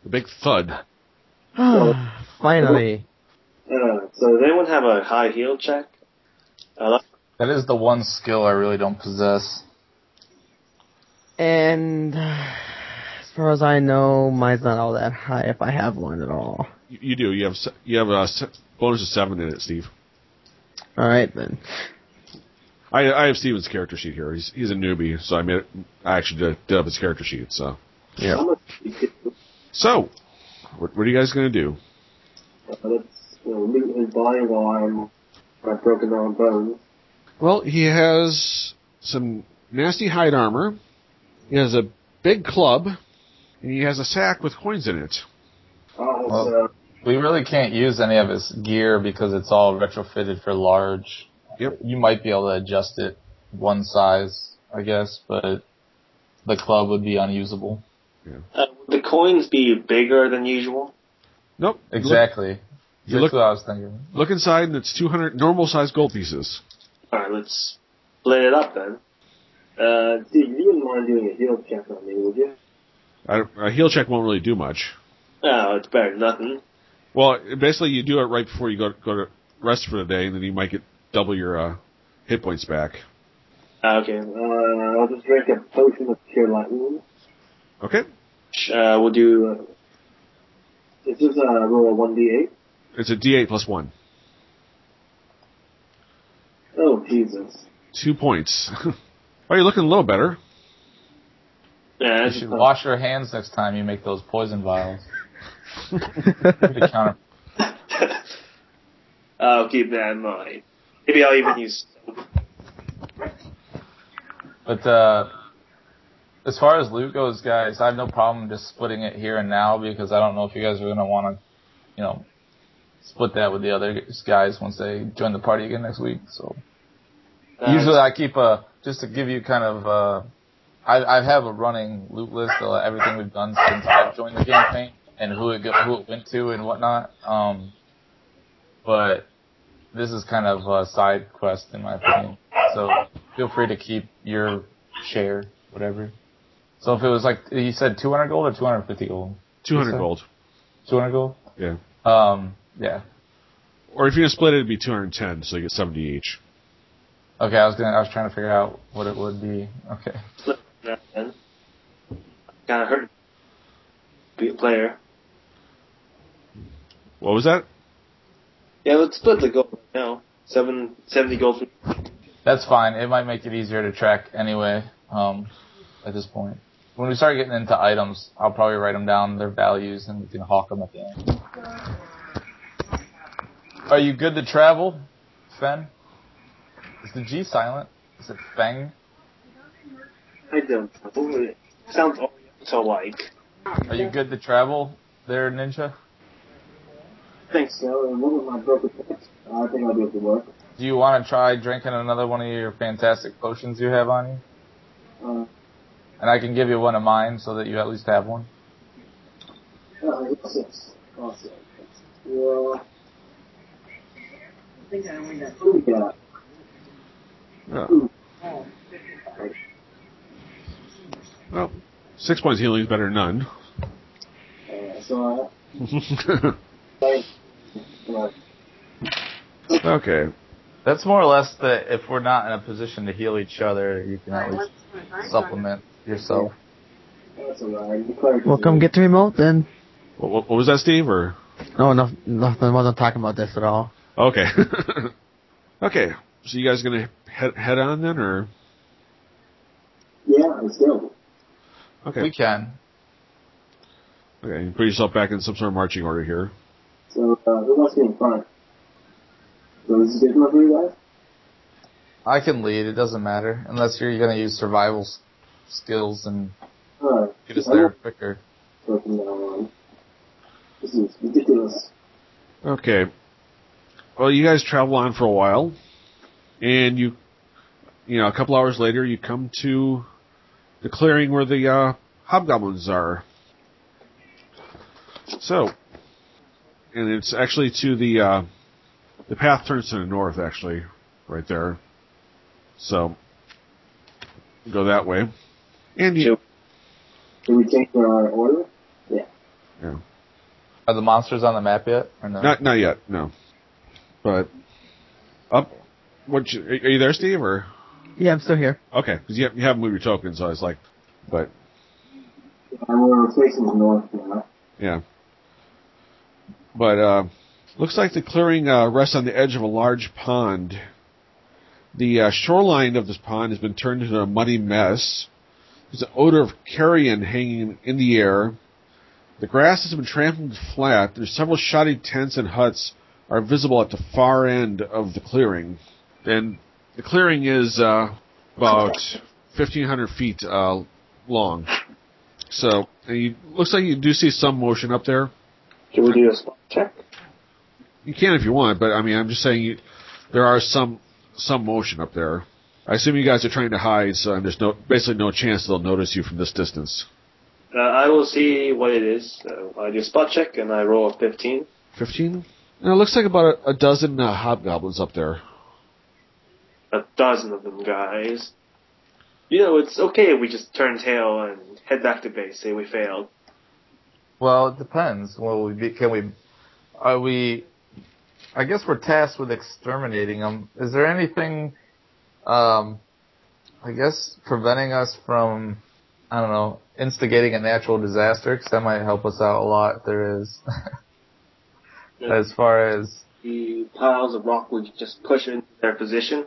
Speaker 2: The big thud.
Speaker 4: Finally.
Speaker 6: Uh,
Speaker 3: So does anyone have a high heel check? Uh,
Speaker 5: That is the one skill I really don't possess.
Speaker 4: And as far as I know, mine's not all that high if I have one at all.
Speaker 2: You, you do. You have se- you have a se- bonus of seven in it, Steve.
Speaker 4: Alright then.
Speaker 2: I I have Steven's character sheet here. He's he's a newbie, so I made it, I actually did, did up his character sheet. So
Speaker 4: Yeah.
Speaker 6: I'm a, uh,
Speaker 2: so, what, what are you guys gonna do?
Speaker 6: let's you know, loot his body while I'm my broken arm bones.
Speaker 2: Well, he has some nasty hide armor. He has a big club, and he has a sack with coins in it.
Speaker 6: Oh,
Speaker 5: Well,
Speaker 6: so,
Speaker 5: We really can't use any of his gear because it's all retrofitted for large.
Speaker 2: Yep.
Speaker 5: You might be able to adjust it one size, I guess, but the club would be unusable.
Speaker 3: uh, would the coins be bigger than usual?
Speaker 2: Nope. You look-
Speaker 5: Exactly.
Speaker 2: you
Speaker 5: That's
Speaker 2: look-
Speaker 5: what I was thinking.
Speaker 2: Look inside, and it's 200 normal sized gold pieces.
Speaker 3: Alright, let's split it up then. Uh,
Speaker 6: Steve, you wouldn't mind doing a heal check on me, would you?
Speaker 2: I, a heal check won't really do much.
Speaker 3: oh, it's better than nothing.
Speaker 2: Well, basically, you do it right before you go go to rest for the day, and then you might get double your uh, hit points back.
Speaker 3: Ah, okay.
Speaker 6: Uh, I'll just drink a potion of pure lightning.
Speaker 2: Okay,
Speaker 3: Uh, we'll do.
Speaker 6: Uh, This is uh, roll a 1d8.
Speaker 2: it's a D8 plus one,
Speaker 6: Oh, Jesus.
Speaker 2: two points. Are you looking a little better?
Speaker 3: Yeah,
Speaker 5: You
Speaker 3: that's-
Speaker 5: should wash your hands next time you make those poison vials. Pretty counter-
Speaker 3: I'll keep that in mind. Maybe I'll even use.
Speaker 5: But uh, as far as loot goes, guys, I have no problem just splitting it here and now because I don't know if you guys are gonna want to, you know, split that with the other guys once they join the party again next week. So
Speaker 3: Uh,
Speaker 5: usually I keep a just to give you kind of uh, I I have a running loot list of everything we've done since I've joined the campaign and who it go, who it went to and whatnot. Um, but this is kind of a side quest in my opinion. So feel free to keep your share, whatever. So if it was like you said, 200 gold or 250 gold,
Speaker 2: 200
Speaker 5: Yes, sir.
Speaker 2: gold.
Speaker 5: 200 gold.
Speaker 2: Yeah.
Speaker 5: Um, yeah.
Speaker 2: Or if you're gonna split it, it'd be 210, so you get 70 each.
Speaker 5: Okay, I was gonna I was trying to figure out what it would be. Okay.
Speaker 3: Kind of hurt. Be a player.
Speaker 2: What was that?
Speaker 3: Yeah, let's split the gold right now. Seven seventy gold. For,
Speaker 5: That's fine. It might make it easier to track anyway. Um, at this point, when we start getting into items, I'll probably write them down their values and we can hawk them at the end. Are you good to travel, Fen? Is the G silent? Is it Feng?
Speaker 6: I don't know.
Speaker 3: sounds Oriental like.
Speaker 5: Are you good to travel, there, Ninja?
Speaker 6: I think so. And What was my broken foot? I think I'll be able to work.
Speaker 5: Do you want to try drinking another one of your fantastic potions you have on you?
Speaker 6: Uh,
Speaker 5: And I can give you one of mine so that you at least have one.
Speaker 6: uh, it's six. Also. Yeah. I think I only got two. Yeah.
Speaker 4: Oh.
Speaker 2: Yeah. Well, six points healing is better than none.
Speaker 6: Uh, so, uh, uh,
Speaker 2: okay.
Speaker 5: That's more or less that if we're not in a position to heal each other, you can at least supplement yourself.
Speaker 6: that's alright. The cleric is
Speaker 4: Well, come
Speaker 6: good.
Speaker 4: get the remote then.
Speaker 2: What, what what was that, Steve? Or
Speaker 4: No, no, nothing. I wasn't talking about this at all.
Speaker 2: okay, okay. So you guys gonna head head on then, or
Speaker 6: Yeah, I'm still.
Speaker 2: okay?
Speaker 5: We can.
Speaker 2: Okay, you put yourself back in some sort of marching order here.
Speaker 6: So, uh, who wants to be in front? So, this is good enough for you guys?
Speaker 5: I can lead. It doesn't matter unless you're going to use survival s- skills and
Speaker 6: Alright.
Speaker 5: get us
Speaker 6: I
Speaker 5: there
Speaker 6: will
Speaker 5: quicker.
Speaker 6: go from now on. This is ridiculous.
Speaker 2: Okay. Well, you guys travel on for a while, and you, you know, a couple hours later, you come to the clearing where the uh, hobgoblins are. So, and it's actually to the uh, the path turns to the north, actually, right there. So, go that way, and you,
Speaker 6: Did we change our order? Uh,
Speaker 5: Are the monsters on the map yet? Or no?
Speaker 2: not not yet, no, but up. What you, are you there, Steve, or?
Speaker 4: Yeah, I'm still here.
Speaker 2: Okay, because you, you haven't moved your token, so I was like, but
Speaker 6: And we're facing the north now.
Speaker 2: yeah. But uh, looks like the clearing uh, rests on the edge of a large pond. The uh, shoreline of this pond has been turned into a muddy mess. There's an odor of carrion hanging in the air. The grass has been trampled flat. There's several shoddy tents and huts are visible at the far end of the clearing. And the clearing is uh, about 1,500 feet uh, long. So and you, looks like you do see some motion up there.
Speaker 3: Can we do a spot check?
Speaker 2: You can if you want, but I mean, I'm just saying you, there are some some motion up there. I assume you guys are trying to hide, so there's no basically no chance they'll notice you from this distance.
Speaker 3: Uh, I will see what it is. Uh, I do a spot check and I roll a 15.
Speaker 2: Fifteen. And it looks like about a, a dozen uh, hobgoblins up there.
Speaker 3: A dozen of them, guys. You know, it's okay if we just turn tail and head back to base, say we failed.
Speaker 5: Well, it depends. Will we be, can we? Are we? I guess we're tasked with exterminating them. Is there anything? Um, I guess preventing us from, I don't know, instigating a natural disaster because that might help us out a lot. If there is, as far as
Speaker 3: The piles of rock would just push into their position.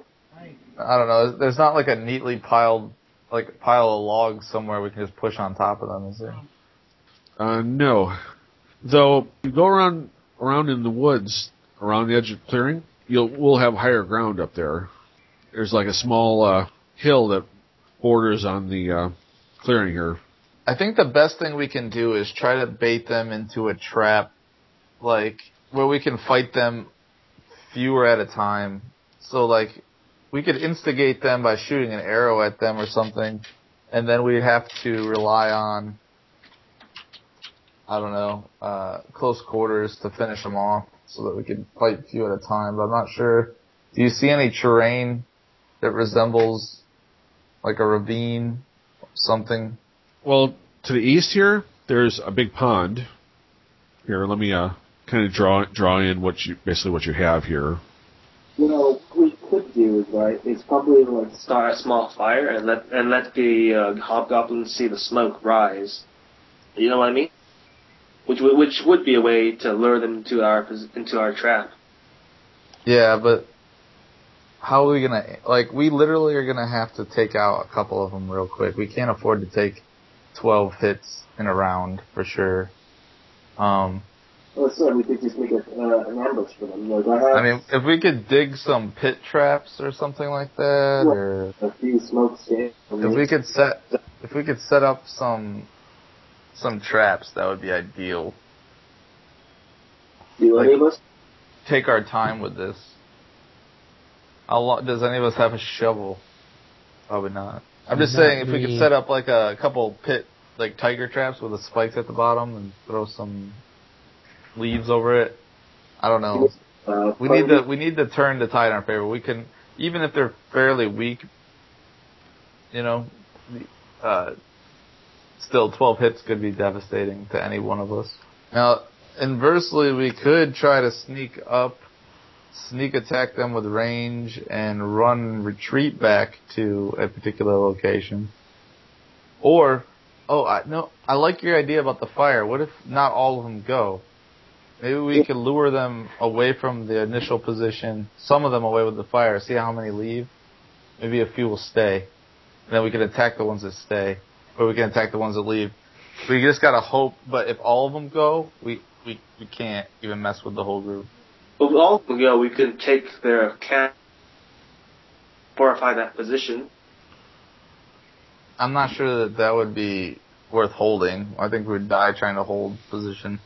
Speaker 5: I don't know, there's not like a neatly piled like pile of logs somewhere we can just push on top of them. Is there?
Speaker 2: Uh, no, though you go around around in the woods around the edge of the clearing, you'll we'll have higher ground up there. There's like a small uh, hill that borders on the uh, clearing here.
Speaker 5: I think the best thing we can do is try to bait them into a trap, like where we can fight them fewer at a time. So like we could instigate them by shooting an arrow at them or something, and then we'd have to rely on I don't know uh, close quarters to finish them off, so that we could fight few at a time. But I'm not sure. Do you see any terrain that resembles like a ravine, something?
Speaker 2: Well, to the east here, there's a big pond. Here, let me uh, kind of draw draw in what you basically what you have here.
Speaker 6: You know, what we could do is, right, is probably like,
Speaker 3: Start a small fire and let and let the uh, hobgoblins see the smoke rise. You know what I mean? Which would which would be a way to lure them to our pos- into our trap.
Speaker 5: Yeah, but how are we gonna like? We literally are gonna have to take out a couple of them real quick. We can't afford to take twelve hits in a round for sure. Um,
Speaker 6: oh, sorry, we could just make a, uh, an ambush for them. Like, I have
Speaker 5: I mean, if we could dig some pit traps or something like that, or
Speaker 6: a few smoke stands.
Speaker 5: if we could set if we could set up some some traps, that would be ideal.
Speaker 6: do any of us?
Speaker 5: Take our time with this. How long, does any of us have a shovel? Probably not. I'm just
Speaker 4: Not
Speaker 5: saying, if we
Speaker 4: me.
Speaker 5: could set up like a couple pit, like tiger traps with the spikes at the bottom, and throw some leaves over it. I don't know.
Speaker 6: Uh,
Speaker 5: We need the we need the turn to tie in our favor. We can even if they're fairly weak, you know, the- uh, still 12 hits could be devastating to any one of us. Now, inversely, we could try to sneak up, sneak attack them with range, and run retreat back to a particular location. Or, oh, I, no, I like your idea about the fire. What if not all of them go? Maybe we could lure them away from the initial position, some of them away with the fire, see how many leave. Maybe a few will stay. And then we can attack the ones that stay, or we can attack the ones that leave. We just gotta hope, but if all of them go, we, we, we can't even mess with the whole group.
Speaker 3: But we all you know, we could take their cat, fortify that position.
Speaker 5: I'm not sure that that would be worth holding. I think we'd die trying to hold position.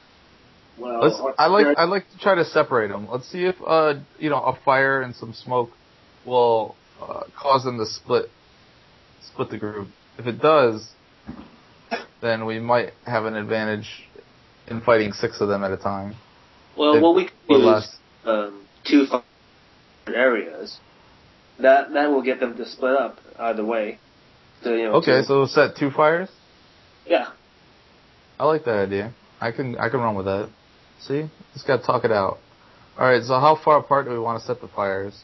Speaker 6: Well,
Speaker 5: Let's,
Speaker 3: Uh,
Speaker 5: I like I like to try to separate them. Let's see if uh you know a fire and some smoke will uh, cause them to split split the group. If it does, then we might have an advantage in fighting six of them at a time
Speaker 3: Well,
Speaker 5: If-
Speaker 3: what we could do
Speaker 5: or
Speaker 3: is
Speaker 5: less.
Speaker 3: um, two different areas. That that will get them to split up either way. So, you know,
Speaker 5: Okay,
Speaker 3: two-
Speaker 5: so we'll set two fires.
Speaker 3: yeah,
Speaker 5: I like that idea. I can I can run with that. See, just gotta talk it out. All right, so how far apart do we want to set the fires?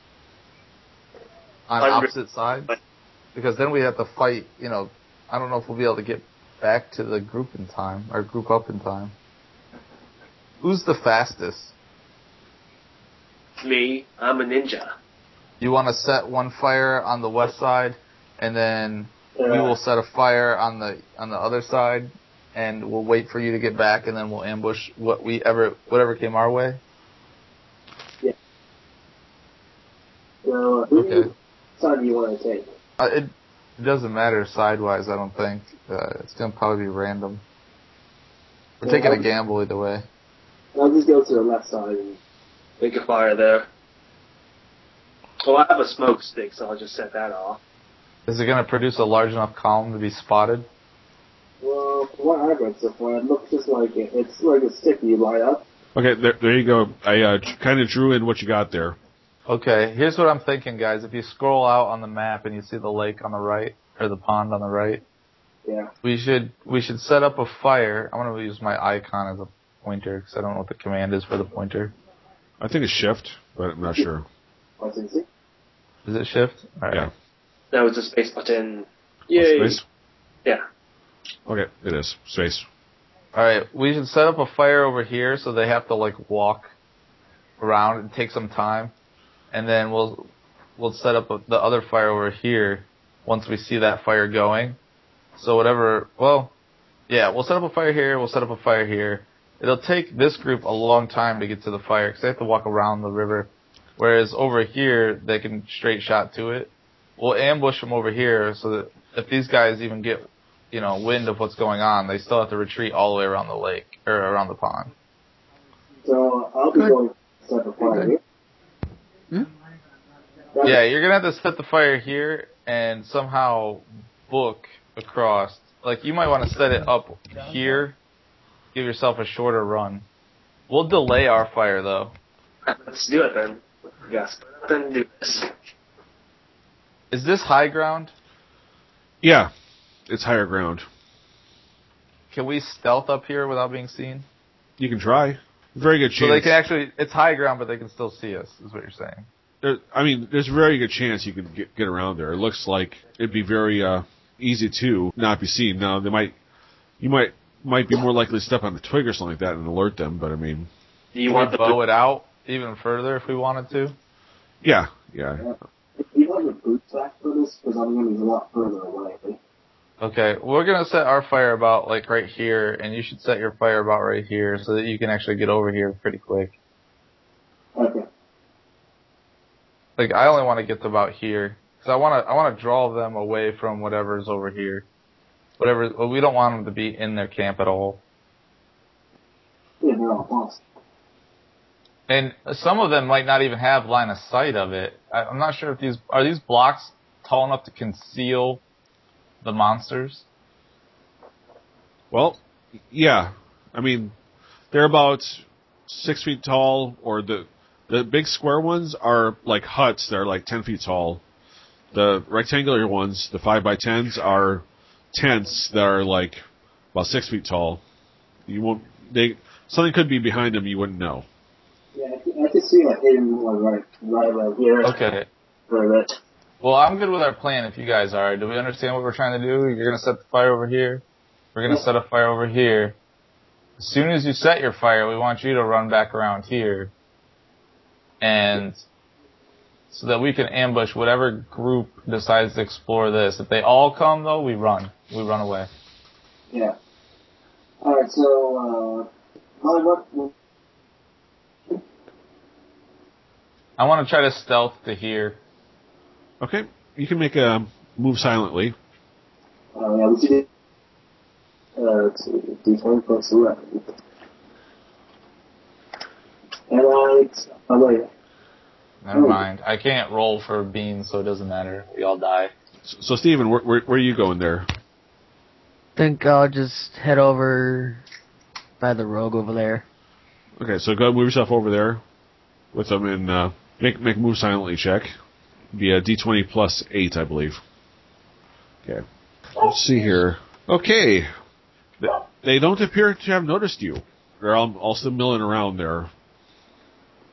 Speaker 5: On
Speaker 3: Hundred.
Speaker 5: opposite sides, because then we have to fight. You know, I don't know if we'll be able to get back to the group in time or group up in time. Who's the fastest?
Speaker 3: me, I'm a ninja.
Speaker 5: You want to set one fire on the west side, and then
Speaker 6: uh,
Speaker 5: we will set a fire on the on the other side, and we'll wait for you to get back, and then we'll ambush what we ever whatever came our way.
Speaker 6: So, uh, who
Speaker 5: Okay.
Speaker 6: side do you want to take?
Speaker 5: Uh, it, it doesn't matter sidewise. I don't think uh, it's gonna probably be random. We're taking a gamble either way.
Speaker 6: I'll just go to the left side. And,
Speaker 3: Make a fire there. Well, I have a smoke stick, so I'll just set that off.
Speaker 5: Is it gonna produce a large enough column to be spotted?
Speaker 6: well, from what I've read so far, it looks just like it. It's like a stick you light up.
Speaker 2: Okay, there, there you go. I uh, kind of drew in what you got there.
Speaker 5: Okay, here's what I'm thinking, guys. If you scroll out on the map and you see the lake on the right or the pond on the right,
Speaker 6: Yeah.
Speaker 5: we should we should set up a fire. I'm gonna use my icon as a pointer because I don't know what the command is for the pointer.
Speaker 2: I think it's shift, but I'm not sure.
Speaker 6: I can see.
Speaker 5: Is it shift? All right.
Speaker 2: Yeah.
Speaker 3: That was the space button.
Speaker 2: Space?
Speaker 3: Yeah.
Speaker 2: Okay, it is. Space.
Speaker 5: All right, we should set up a fire over here so they have to like walk around and take some time, and then we'll we'll set up the other fire over here once we see that fire going. So whatever, well, yeah, we'll set up a fire here. We'll set up a fire here. It'll take this group a long time to get to the fire because they have to walk around the river, whereas over here they can straight shot to it. We'll ambush them over here so that if these guys even get you know, wind of what's going on, they still have to retreat all the way around the lake or around the pond.
Speaker 6: So I'll be
Speaker 5: Good.
Speaker 6: going to set the fire. here.
Speaker 4: Hmm?
Speaker 6: That's-
Speaker 5: Yeah, you're gonna have to set the fire here and somehow book across. Like you might want to set it up here, give yourself a shorter run. We'll delay our fire though.
Speaker 3: Let's do it then. Yes. Then do this.
Speaker 5: Is this high ground?
Speaker 2: Yeah, it's higher ground.
Speaker 5: Can we stealth up here without being seen?
Speaker 2: You can try. Very good
Speaker 5: So they
Speaker 2: chance.
Speaker 5: can actually, it's high ground, but they can still see us, is what you're saying.
Speaker 2: there, I mean, there's a very good chance you could get, get around there. It looks like it'd be very uh, easy to not be seen. Now they might, you might might be more likely to step on a twig or something like that and alert them. But I mean,
Speaker 3: Do you
Speaker 5: You
Speaker 3: want
Speaker 5: want to
Speaker 3: the
Speaker 5: bow it out even further if we wanted to?
Speaker 2: yeah, yeah.
Speaker 6: Do you have your boots back for this? Because I'm going to be a lot further away.
Speaker 5: Okay, we're gonna set our fire about like right here, and you should set your fire about right here so that you can actually get over here pretty quick.
Speaker 6: Okay.
Speaker 5: Like I only want to get to about here because I want to I want to draw them away from whatever's over here. Whatever well, we don't want them to be in their camp at all.
Speaker 6: Yeah, they're all lost.
Speaker 5: And some of them might not even have line of sight of it. I, I'm not sure if these are these blocks tall enough to conceal the monsters.
Speaker 2: Well, yeah. I mean, they're about six feet tall, or the the big square ones are like huts. They're like ten feet tall. The rectangular ones, the five by tens, are tents that are like about six feet tall. You won't. They something could be behind them. You wouldn't know.
Speaker 6: Yeah, I can, I can see a hidden one right, right, right here.
Speaker 5: Okay.
Speaker 6: For that.
Speaker 5: Well, I'm good with our plan if you guys are. Do we understand what we're trying to do? You're going to set the fire over here. We're going to set a fire over here. As soon as you set your fire, we want you to run back around here. And so that we can ambush whatever group decides to explore this. If they all come, though, we run. We run away.
Speaker 6: Yeah. All right. So, uh, Molly, what?
Speaker 5: I want to try to stealth to here.
Speaker 2: Okay, you can make a move silently.
Speaker 6: Uh, yeah, we should. do- Uh, D twenty plus eleven. And I, oh wait,
Speaker 5: Never
Speaker 6: Ooh.
Speaker 5: mind. I can't roll for beans, so it doesn't matter. We all die.
Speaker 2: So, so Steven, where, where, where are you going there?
Speaker 4: Think I'll just head over by the rogue over there.
Speaker 2: Okay, so go ahead and move yourself over there with them and uh, make make a move silently check. Be a D20 plus eight, I believe. Okay, let's see here. Okay, Th- they don't appear to have noticed you. They're all, all still milling around there.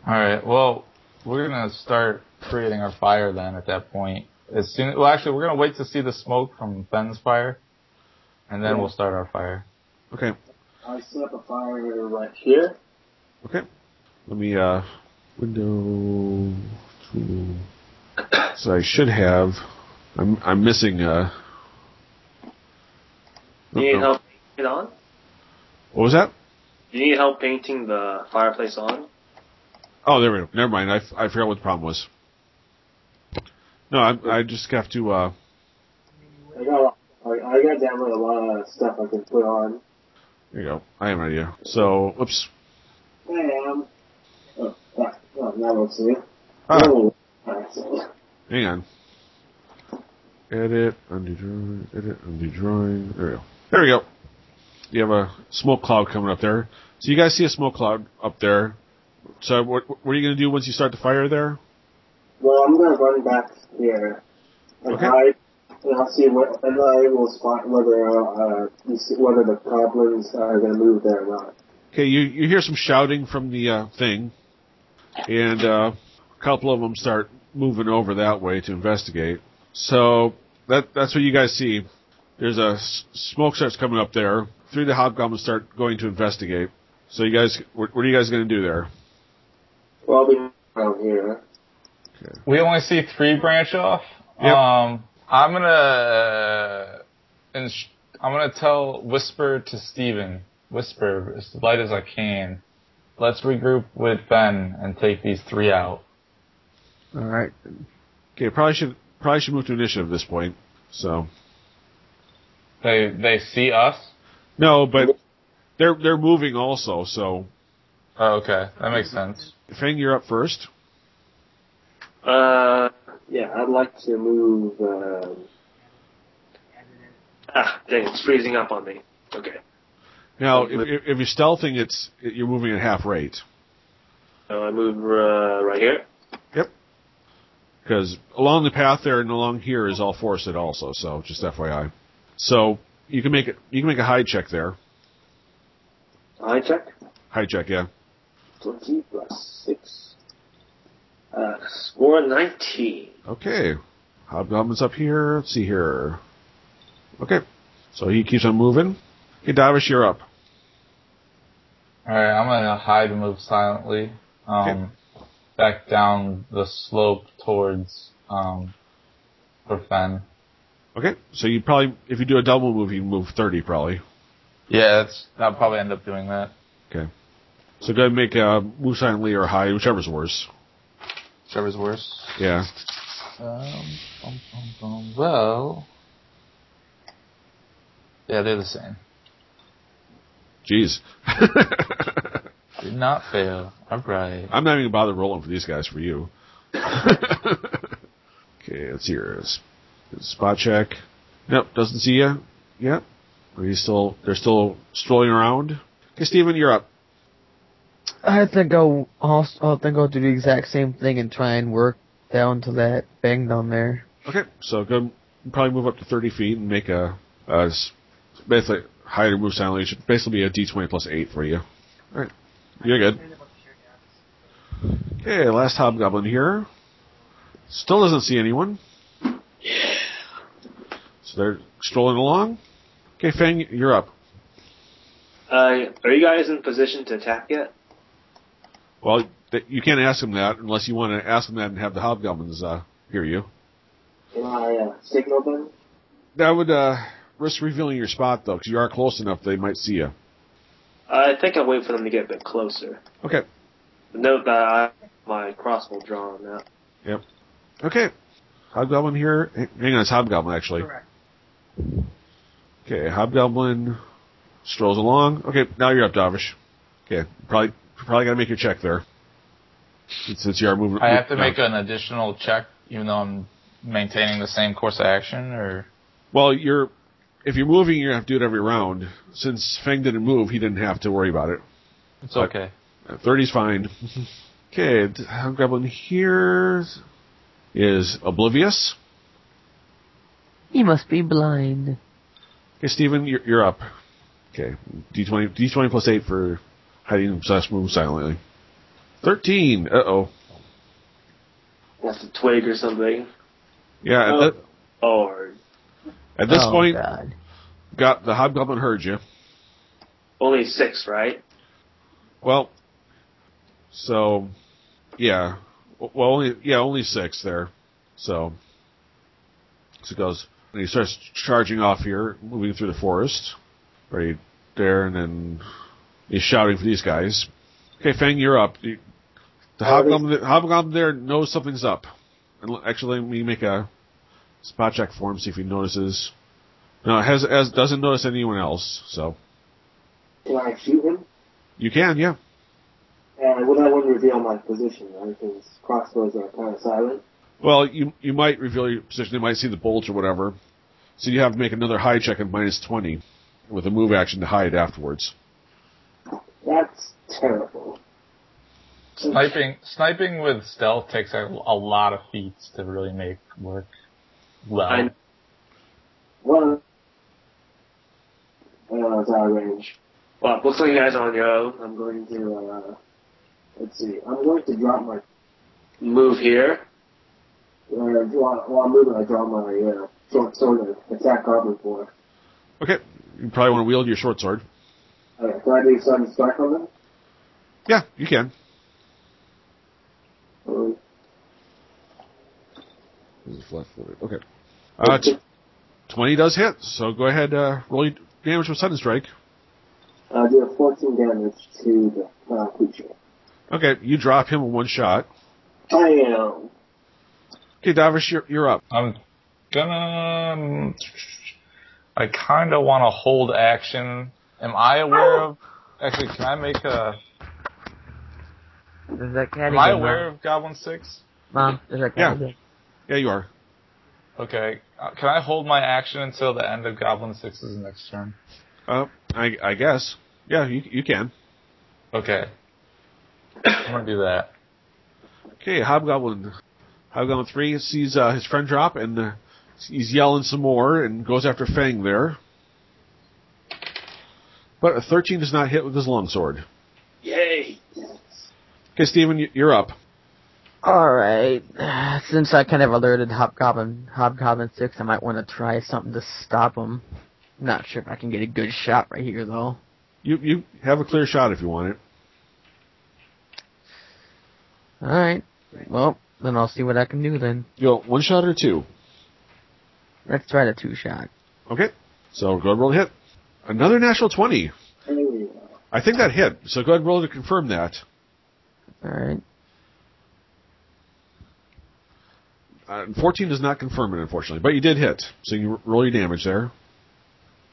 Speaker 5: All right. Well, we're gonna start creating our fire then. At that point, as soon well, actually, we're gonna wait to see the smoke from Ben's fire, and then we'll start our fire.
Speaker 2: Okay,
Speaker 6: I set up a fire right here.
Speaker 2: okay. Let me uh, window. tool. So I should have. I'm I'm missing uh.
Speaker 3: Do you need
Speaker 2: no.
Speaker 3: help painting it on?
Speaker 2: What was that?
Speaker 3: Do you need help painting the fireplace on?
Speaker 2: Oh, there we go. Never mind. I, f- I forgot what the problem was. No, I, I just have to. Uh,
Speaker 6: I got, I, I got down with a lot of stuff I can put on.
Speaker 2: there you go. I have an idea. So, oops.
Speaker 6: I am. Oh, fuck. Oh, that looks good.
Speaker 2: Ah,
Speaker 6: Oh. alright, so-
Speaker 2: hang on. Edit, undo drawing, edit, undo drawing. There we go. There we go. You have a smoke cloud coming up there. So you guys see a smoke cloud up there. So what, what are you going to do once you start the fire there?
Speaker 6: Well, I'm gonna run back here. And
Speaker 2: Okay.
Speaker 6: hide, and I'll see what, and I will spot whether, uh, you see whether the goblins are gonna move there or not.
Speaker 2: Okay, you, you hear some shouting from the uh, thing, and uh, a couple of them start moving over that way to investigate. So that that's what you guys see. There's a s- smoke starts coming up there. Three of the hobgoblins start going to investigate. So you guys, what, what are you guys going to do there?
Speaker 6: Well, I'll be around here.
Speaker 5: We only see three branch off.
Speaker 2: Yep.
Speaker 5: Um, I'm gonna, uh, inst- I'm gonna tell whisper to Steven. Whisper as light as I can. Let's regroup with Ben and take these three out.
Speaker 4: All right.
Speaker 2: Okay, probably should probably should move to initiative at this point. So
Speaker 5: They they see us.
Speaker 2: no, but they're they're moving also. So
Speaker 5: Oh, okay, that makes sense.
Speaker 2: Fang, you're up first.
Speaker 3: Uh,
Speaker 6: Yeah, I'd like to move, um,
Speaker 3: ah, dang, it's freezing up on me. Okay.
Speaker 2: Now, if, if if you're stealthing, it's you're moving at half rate.
Speaker 3: So I move uh, right here.
Speaker 2: because along the path there and along here is all forested also. So just FYI. So you can make it. You can make a high check there.
Speaker 6: eye check.
Speaker 2: High check, yeah.
Speaker 6: 20 plus 6.
Speaker 3: Uh, score 19.
Speaker 2: Okay. Hobgoblin's up here. Let's see here. Okay. So he keeps on moving. Okay, Davish, you're up.
Speaker 5: All right, I'm gonna hide and move silently. Um, back down the slope towards um, Profen.
Speaker 2: Okay. So you probably, if you do a double move, you move 30 probably.
Speaker 5: Yeah, that's I'll probably end up doing that.
Speaker 2: So go ahead and make a move silently or high, whichever's worse.
Speaker 5: Whichever's worse.
Speaker 2: Yeah.
Speaker 5: Um, bum, bum, bum. Well, yeah, they're the same.
Speaker 2: Jeez.
Speaker 5: Did not fail. All right.
Speaker 2: I'm not even gonna bother rolling for these guys for you. okay, let's see here. S- Spot check. Nope, doesn't see you. Yep. Are you still? They're still strolling around. Okay, Steven, you're up.
Speaker 4: I think I'll also I think I'll do the exact same thing and try and work down to that bang down there.
Speaker 2: Okay, so go probably move up to thirty feet and make a, a s- basically hide or move silently. It should basically be a D twenty plus eight for you. All right, you're good. Okay, last hobgoblin here. Still doesn't see anyone. So they're strolling along. Okay, Fang, you're up.
Speaker 3: Uh, are you guys in position to attack yet?
Speaker 2: Well, th- you can't ask him that unless you want to ask him that and have the hobgoblins uh, hear you.
Speaker 6: Can I uh, signal them?
Speaker 2: That would uh, risk revealing your spot though, because you are close enough they might see you.
Speaker 3: I think I'll wait for them to get a bit closer.
Speaker 2: Okay.
Speaker 3: Note that I have my crossbow drawn now.
Speaker 2: Okay. Hobgoblin here. H- Hang on, it's Hobgoblin actually.
Speaker 7: Correct.
Speaker 2: Okay, Hobgoblin strolls along. Okay, now you're up, Davish. Okay, probably probably gotta make your check there. Since you are moving,
Speaker 5: I have to make an additional check, even though I'm maintaining the same course of action, or
Speaker 2: Well, you're if you're moving, you're gonna have to do it every round. Since Feng didn't move, he didn't have to worry about it.
Speaker 5: it's okay.
Speaker 2: Uh, 30's fine. okay, the Hobgoblin here is oblivious.
Speaker 4: He must be blind.
Speaker 2: Okay, Steven, you're, you're up. Okay, D20, D20 plus 8 for hiding slash move silently. 13! Uh oh.
Speaker 3: That's a twig or something.
Speaker 2: Yeah,
Speaker 3: Oh.
Speaker 2: at, thi-
Speaker 3: Or
Speaker 2: at this
Speaker 4: oh,
Speaker 2: point,
Speaker 4: God.
Speaker 2: got the Hobgoblin heard you.
Speaker 3: only six, right?
Speaker 2: Well, so, yeah. W- Well, only, yeah, only 6 there. So, so it goes. And he starts charging off here, moving through the forest. Right there, and then he's shouting for these guys. Okay, Fang, you're up. You- The
Speaker 6: Are we-
Speaker 2: hobgoblin, hobgoblin there knows something's up. And l- Actually, let me make a spot check for him, see if he notices. No, it has, has doesn't notice anyone else. So
Speaker 6: Can I shoot him?
Speaker 2: you can, yeah.
Speaker 6: And would I want to reveal my position, right? Because crossbows are kind of silent.
Speaker 2: Well, you you might reveal your position. They might see the bolt or whatever. So you have to make another hide check at minus twenty, with a move action to hide afterwards.
Speaker 6: That's terrible.
Speaker 5: Sniping, sniping with stealth takes a, a lot of feats to really make work well.
Speaker 3: I-
Speaker 6: Well, I know it's out of range.
Speaker 3: Well, it looks like you guys are on your own. Um,
Speaker 6: I'm going to, uh, let's see. I'm going to drop my,
Speaker 3: Move here.
Speaker 6: uh, draw, while I'm moving, I draw my, uh, short sword and attack goblin for.
Speaker 2: Okay, you probably want to wield your short sword.
Speaker 6: Okay, can I do sudden strike on them?
Speaker 2: Yeah, you can.
Speaker 6: Or-
Speaker 2: Okay. Uh, t- twenty does hit. So go ahead, uh, roll your damage with sudden strike.
Speaker 6: I uh, do a 14 damage to the uh, creature.
Speaker 2: Okay, you drop him in one shot.
Speaker 6: Bam!
Speaker 2: Okay, Davish, you're, you're up.
Speaker 5: I'm gonna. I kind of want to hold action. Am I aware of? Actually, can I make a?
Speaker 7: There's that cat
Speaker 5: Am I
Speaker 7: again,
Speaker 5: aware of Goblin Six?
Speaker 7: Mom. Mom, there's that cat
Speaker 2: Yeah.
Speaker 7: again.
Speaker 2: Yeah, you are.
Speaker 5: Okay. Uh, Can I hold my action until the end of Goblin Six's next turn?
Speaker 2: Uh, I, I guess. Yeah, you, you can.
Speaker 5: Okay. I'm gonna do that.
Speaker 2: Okay, Hobgoblin. Hobgoblin 3 sees uh, his friend drop and uh, he's yelling some more and goes after Fang there. But a 13 does not hit with his longsword.
Speaker 3: Yay!
Speaker 2: Okay, Steven, y- you're up.
Speaker 4: Alright. Since I kind of alerted Hobgoblin, Hobgoblin 6, I might want to try something to stop him. Not sure if I can get a good shot right here, though.
Speaker 2: You you have a clear shot if you want it.
Speaker 4: Alright. Well, then I'll see what I can do then.
Speaker 2: You know, one shot or two.
Speaker 4: Let's try the two shot.
Speaker 2: Okay, so go ahead and roll a hit. Another natural 20.
Speaker 6: Anyway,
Speaker 2: I think that hit, so go ahead and roll to confirm that.
Speaker 4: Alright.
Speaker 2: Uh, 14 does not confirm it, unfortunately, but you did hit. So you r- roll your damage there.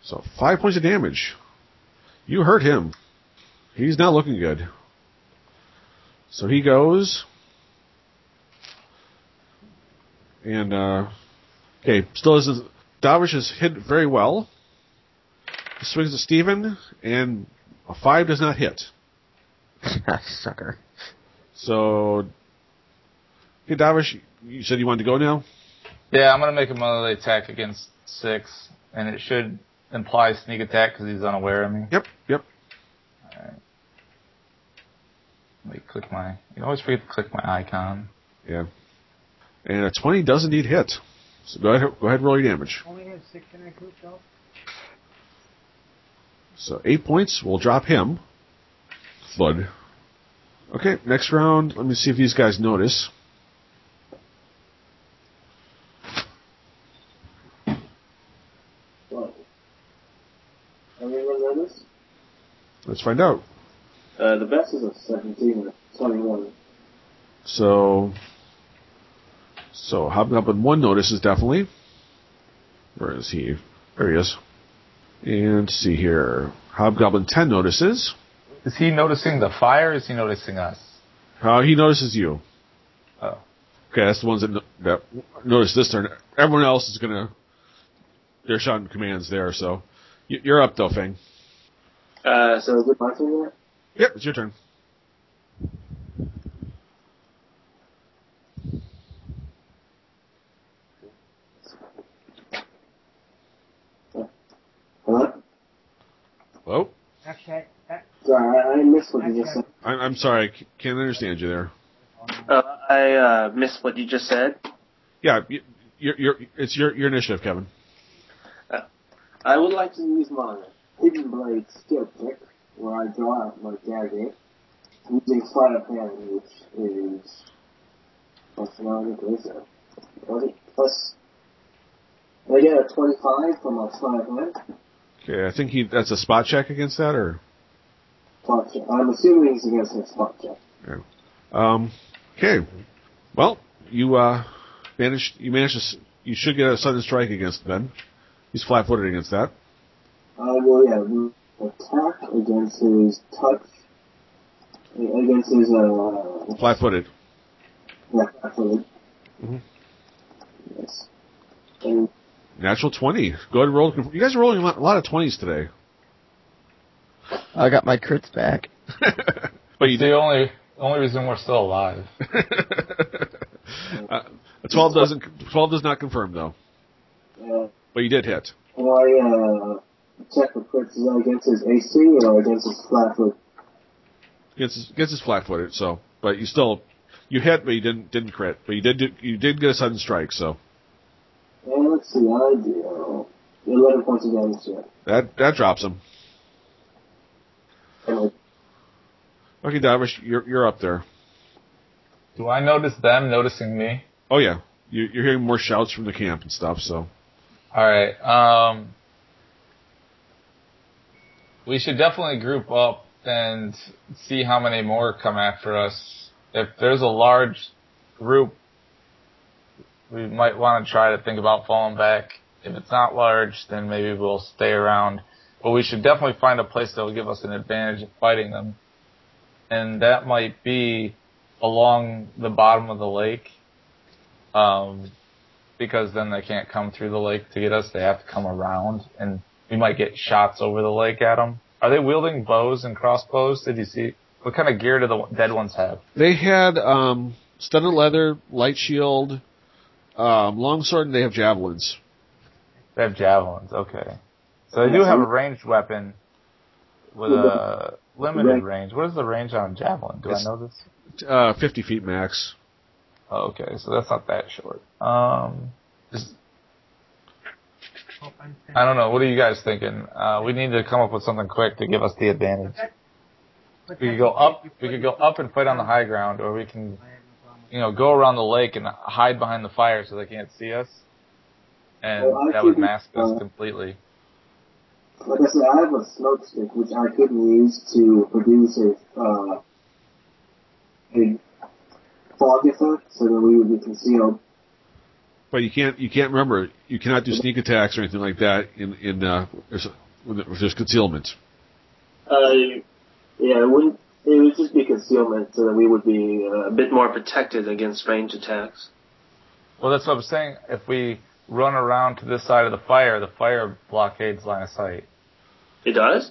Speaker 2: So five points of damage. You hurt him. He's not looking good. So he goes. And, uh, okay, still isn't. Davish is hit very well. He swings at Steven, and a five does not hit.
Speaker 4: Ah, Sucker.
Speaker 2: So, hey, Davish, you said you wanted to go now?
Speaker 5: Yeah, I'm gonna make a melee attack against six, and it should imply sneak attack because he's unaware of me.
Speaker 2: Yep, yep.
Speaker 5: Let me click my. You always forget to click my icon.
Speaker 2: Yeah. And a 20 does indeed hit. So go ahead, go ahead and roll your damage.
Speaker 7: Only have six in our group, though.
Speaker 2: So eight points will drop him. Flood. Okay, next round. Let me see if these guys notice.
Speaker 6: What? Anyone notice?
Speaker 2: Let's find out.
Speaker 6: Uh, the best is a 17 or 21.
Speaker 2: So, so Hobgoblin one notices definitely. Where is he? There he is. And let's see here, Hobgoblin ten notices.
Speaker 5: Is he noticing the fire? Or is he noticing us?
Speaker 2: Uh, he notices you.
Speaker 5: Oh.
Speaker 2: Okay, that's the ones that, no- that notice this turn. Everyone else is gonna. They're shouting commands there, so Y- you're up though, Fang.
Speaker 3: Uh, so
Speaker 6: So is it my turn yet?
Speaker 2: Yep, it's your turn.
Speaker 6: Huh?
Speaker 2: Hello.
Speaker 7: Hashtag, that,
Speaker 6: Sorry, I, I missed what you just said.
Speaker 2: I- I'm sorry, I c- can't understand you there.
Speaker 3: uh, I uh, missed what you just said.
Speaker 2: Yeah, y- you're, you're, it's your your initiative, Kevin.
Speaker 6: I would like to use my hidden blade skill trick, where I draw out my dagger, using sleight of hand, which is plus nine plus twenty plus. I get a twenty-five from my sleight of hand.
Speaker 2: Okay, I think he that's a spot check against that, or
Speaker 6: Spot check. I'm assuming he's against a spot check.
Speaker 2: um, okay. Well, you uh, managed you managed to s- you should get a sudden strike against Ben. He's flat-footed against that.
Speaker 6: I will, yeah, move attack against his touch, against his uh.
Speaker 2: Flat-footed.
Speaker 6: Yeah, actually.
Speaker 2: Mhm.
Speaker 6: Yes. And
Speaker 2: Natural twenty. Go ahead and roll. You guys are rolling a lot, a lot of twenties today.
Speaker 4: I got my crits back.
Speaker 2: Uh, but you
Speaker 5: He's the only only reason we're still alive.
Speaker 2: uh, twelve doesn't twelve does not confirm though.
Speaker 6: uh,
Speaker 2: But you did hit.
Speaker 6: Can I uh, check the crits? Is that against his AC or against his flat foot?
Speaker 2: Gets his, gets his flat-footed. So, but you still you hit, but you didn't didn't crit. But you did do, you did get a sudden strike. So.
Speaker 6: And let's see, I do 11 points of damage to it.
Speaker 2: That that drops him.
Speaker 6: And
Speaker 2: Okay, Davish, you're you're up there.
Speaker 5: Do I notice them noticing me?
Speaker 2: Oh yeah, you, you're hearing more shouts from the camp and stuff. So
Speaker 5: All right. Um, we should definitely group up and see how many more come after us. If there's a large group, we might want to try to think about falling back. If it's not large, then maybe we'll stay around. But we should definitely find a place that will give us an advantage of fighting them. And that might be along the bottom of the lake. Um, because then they can't come through the lake to get us. They have to come around, and we might get shots over the lake at them. Are they wielding bows and crossbows? Did you see what kind of gear do the dead ones have?
Speaker 2: they had um, studded leather, light shield, um, longsword, and they have javelins.
Speaker 5: They have javelins. Okay, so they do have a ranged weapon with a limited range. What is the range on a javelin? Do I know this?
Speaker 2: Uh, Fifty feet max.
Speaker 5: Oh, okay, so that's not that short. Um, is-
Speaker 7: oh, I'm saying.
Speaker 5: I don't know. What are you guys thinking? Uh, we need to come up with something quick to give us the advantage.
Speaker 7: But
Speaker 5: We could
Speaker 7: that's
Speaker 5: go
Speaker 7: the thing,
Speaker 5: up.
Speaker 7: you
Speaker 5: We
Speaker 7: put
Speaker 5: could go
Speaker 7: yourself
Speaker 5: up and fight on the
Speaker 7: front.
Speaker 5: high ground, or we can
Speaker 7: I have no problem with
Speaker 5: you know, go around the lake and hide behind the fire so they can't see us. And
Speaker 6: Well, I
Speaker 5: that would
Speaker 6: couldn't,
Speaker 5: mask us
Speaker 6: uh,
Speaker 5: completely.
Speaker 6: like I said, I have a smoke stick which I could use to produce a, uh, a fog effect so that we would be concealed.
Speaker 2: But you can't you can't remember you cannot do sneak attacks or anything like that in in uh, with there's concealment.
Speaker 3: Uh,
Speaker 6: Yeah, it wouldn't. It would just be concealment so that we would be uh,
Speaker 3: a bit more protected against range attacks.
Speaker 5: Well, that's what I'm saying. If we run around to this side of the fire, the fire blockades line of sight.
Speaker 3: It does?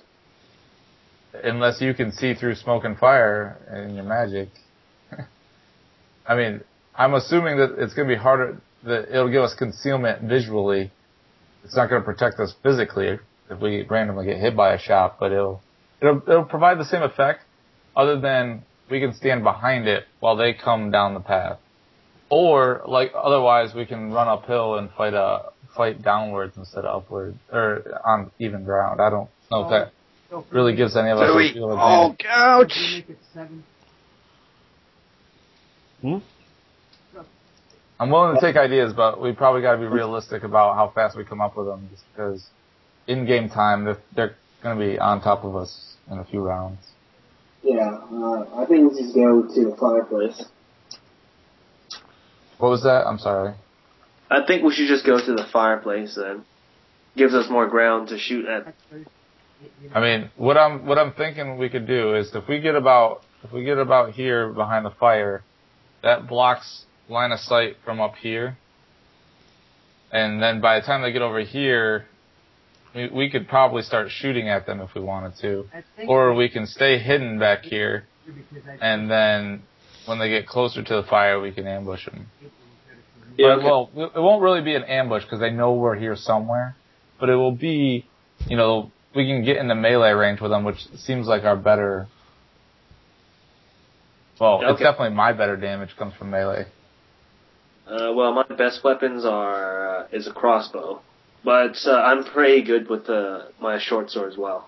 Speaker 5: Unless you can see through smoke and fire and your magic. I mean, I'm assuming that it's going to be harder. that it'll give us concealment visually. It's not going to protect us physically if we randomly get hit by a shot, but it'll it'll it'll provide the same effect, other than we can stand behind it while they come down the path, or like otherwise we can run uphill and fight a fight downwards instead of upward or on even ground. I don't know if that
Speaker 7: So
Speaker 5: really gives any of us a
Speaker 8: Dewey.
Speaker 5: real
Speaker 8: Oh,
Speaker 5: advantage.
Speaker 7: Could
Speaker 8: ouch.
Speaker 7: we make it seven?
Speaker 5: I'm willing to take ideas, but we probably got to be realistic about how fast we come up with them, just because in game time they're, they're going to be on top of us in a few rounds.
Speaker 6: Yeah, uh, I think we just go to the fireplace.
Speaker 5: What was that? I'm sorry.
Speaker 3: I think we should just go to the fireplace then. Gives us more ground to shoot at.
Speaker 7: Actually, you- you know,
Speaker 5: I mean, what I'm what I'm thinking we could do is if we get about if we get about here behind the fire, that blocks line of sight from up here, and then by the time they get over here, we, we could probably start shooting at them if we wanted to,
Speaker 7: I think
Speaker 5: or we can stay hidden back here
Speaker 7: because I
Speaker 5: and then when they get closer to the fire, we can ambush them.
Speaker 7: think we could have-
Speaker 3: Yeah,
Speaker 5: but, well, it it won't really be an ambush because they know we're here somewhere, but it will be, you know, we can get into melee range with them, which seems like our better. Well, it's
Speaker 3: Okay.
Speaker 5: definitely my better damage comes from melee.
Speaker 3: Uh, well, my best weapons are uh, is a crossbow, but uh, I'm pretty good with uh, my short sword as well.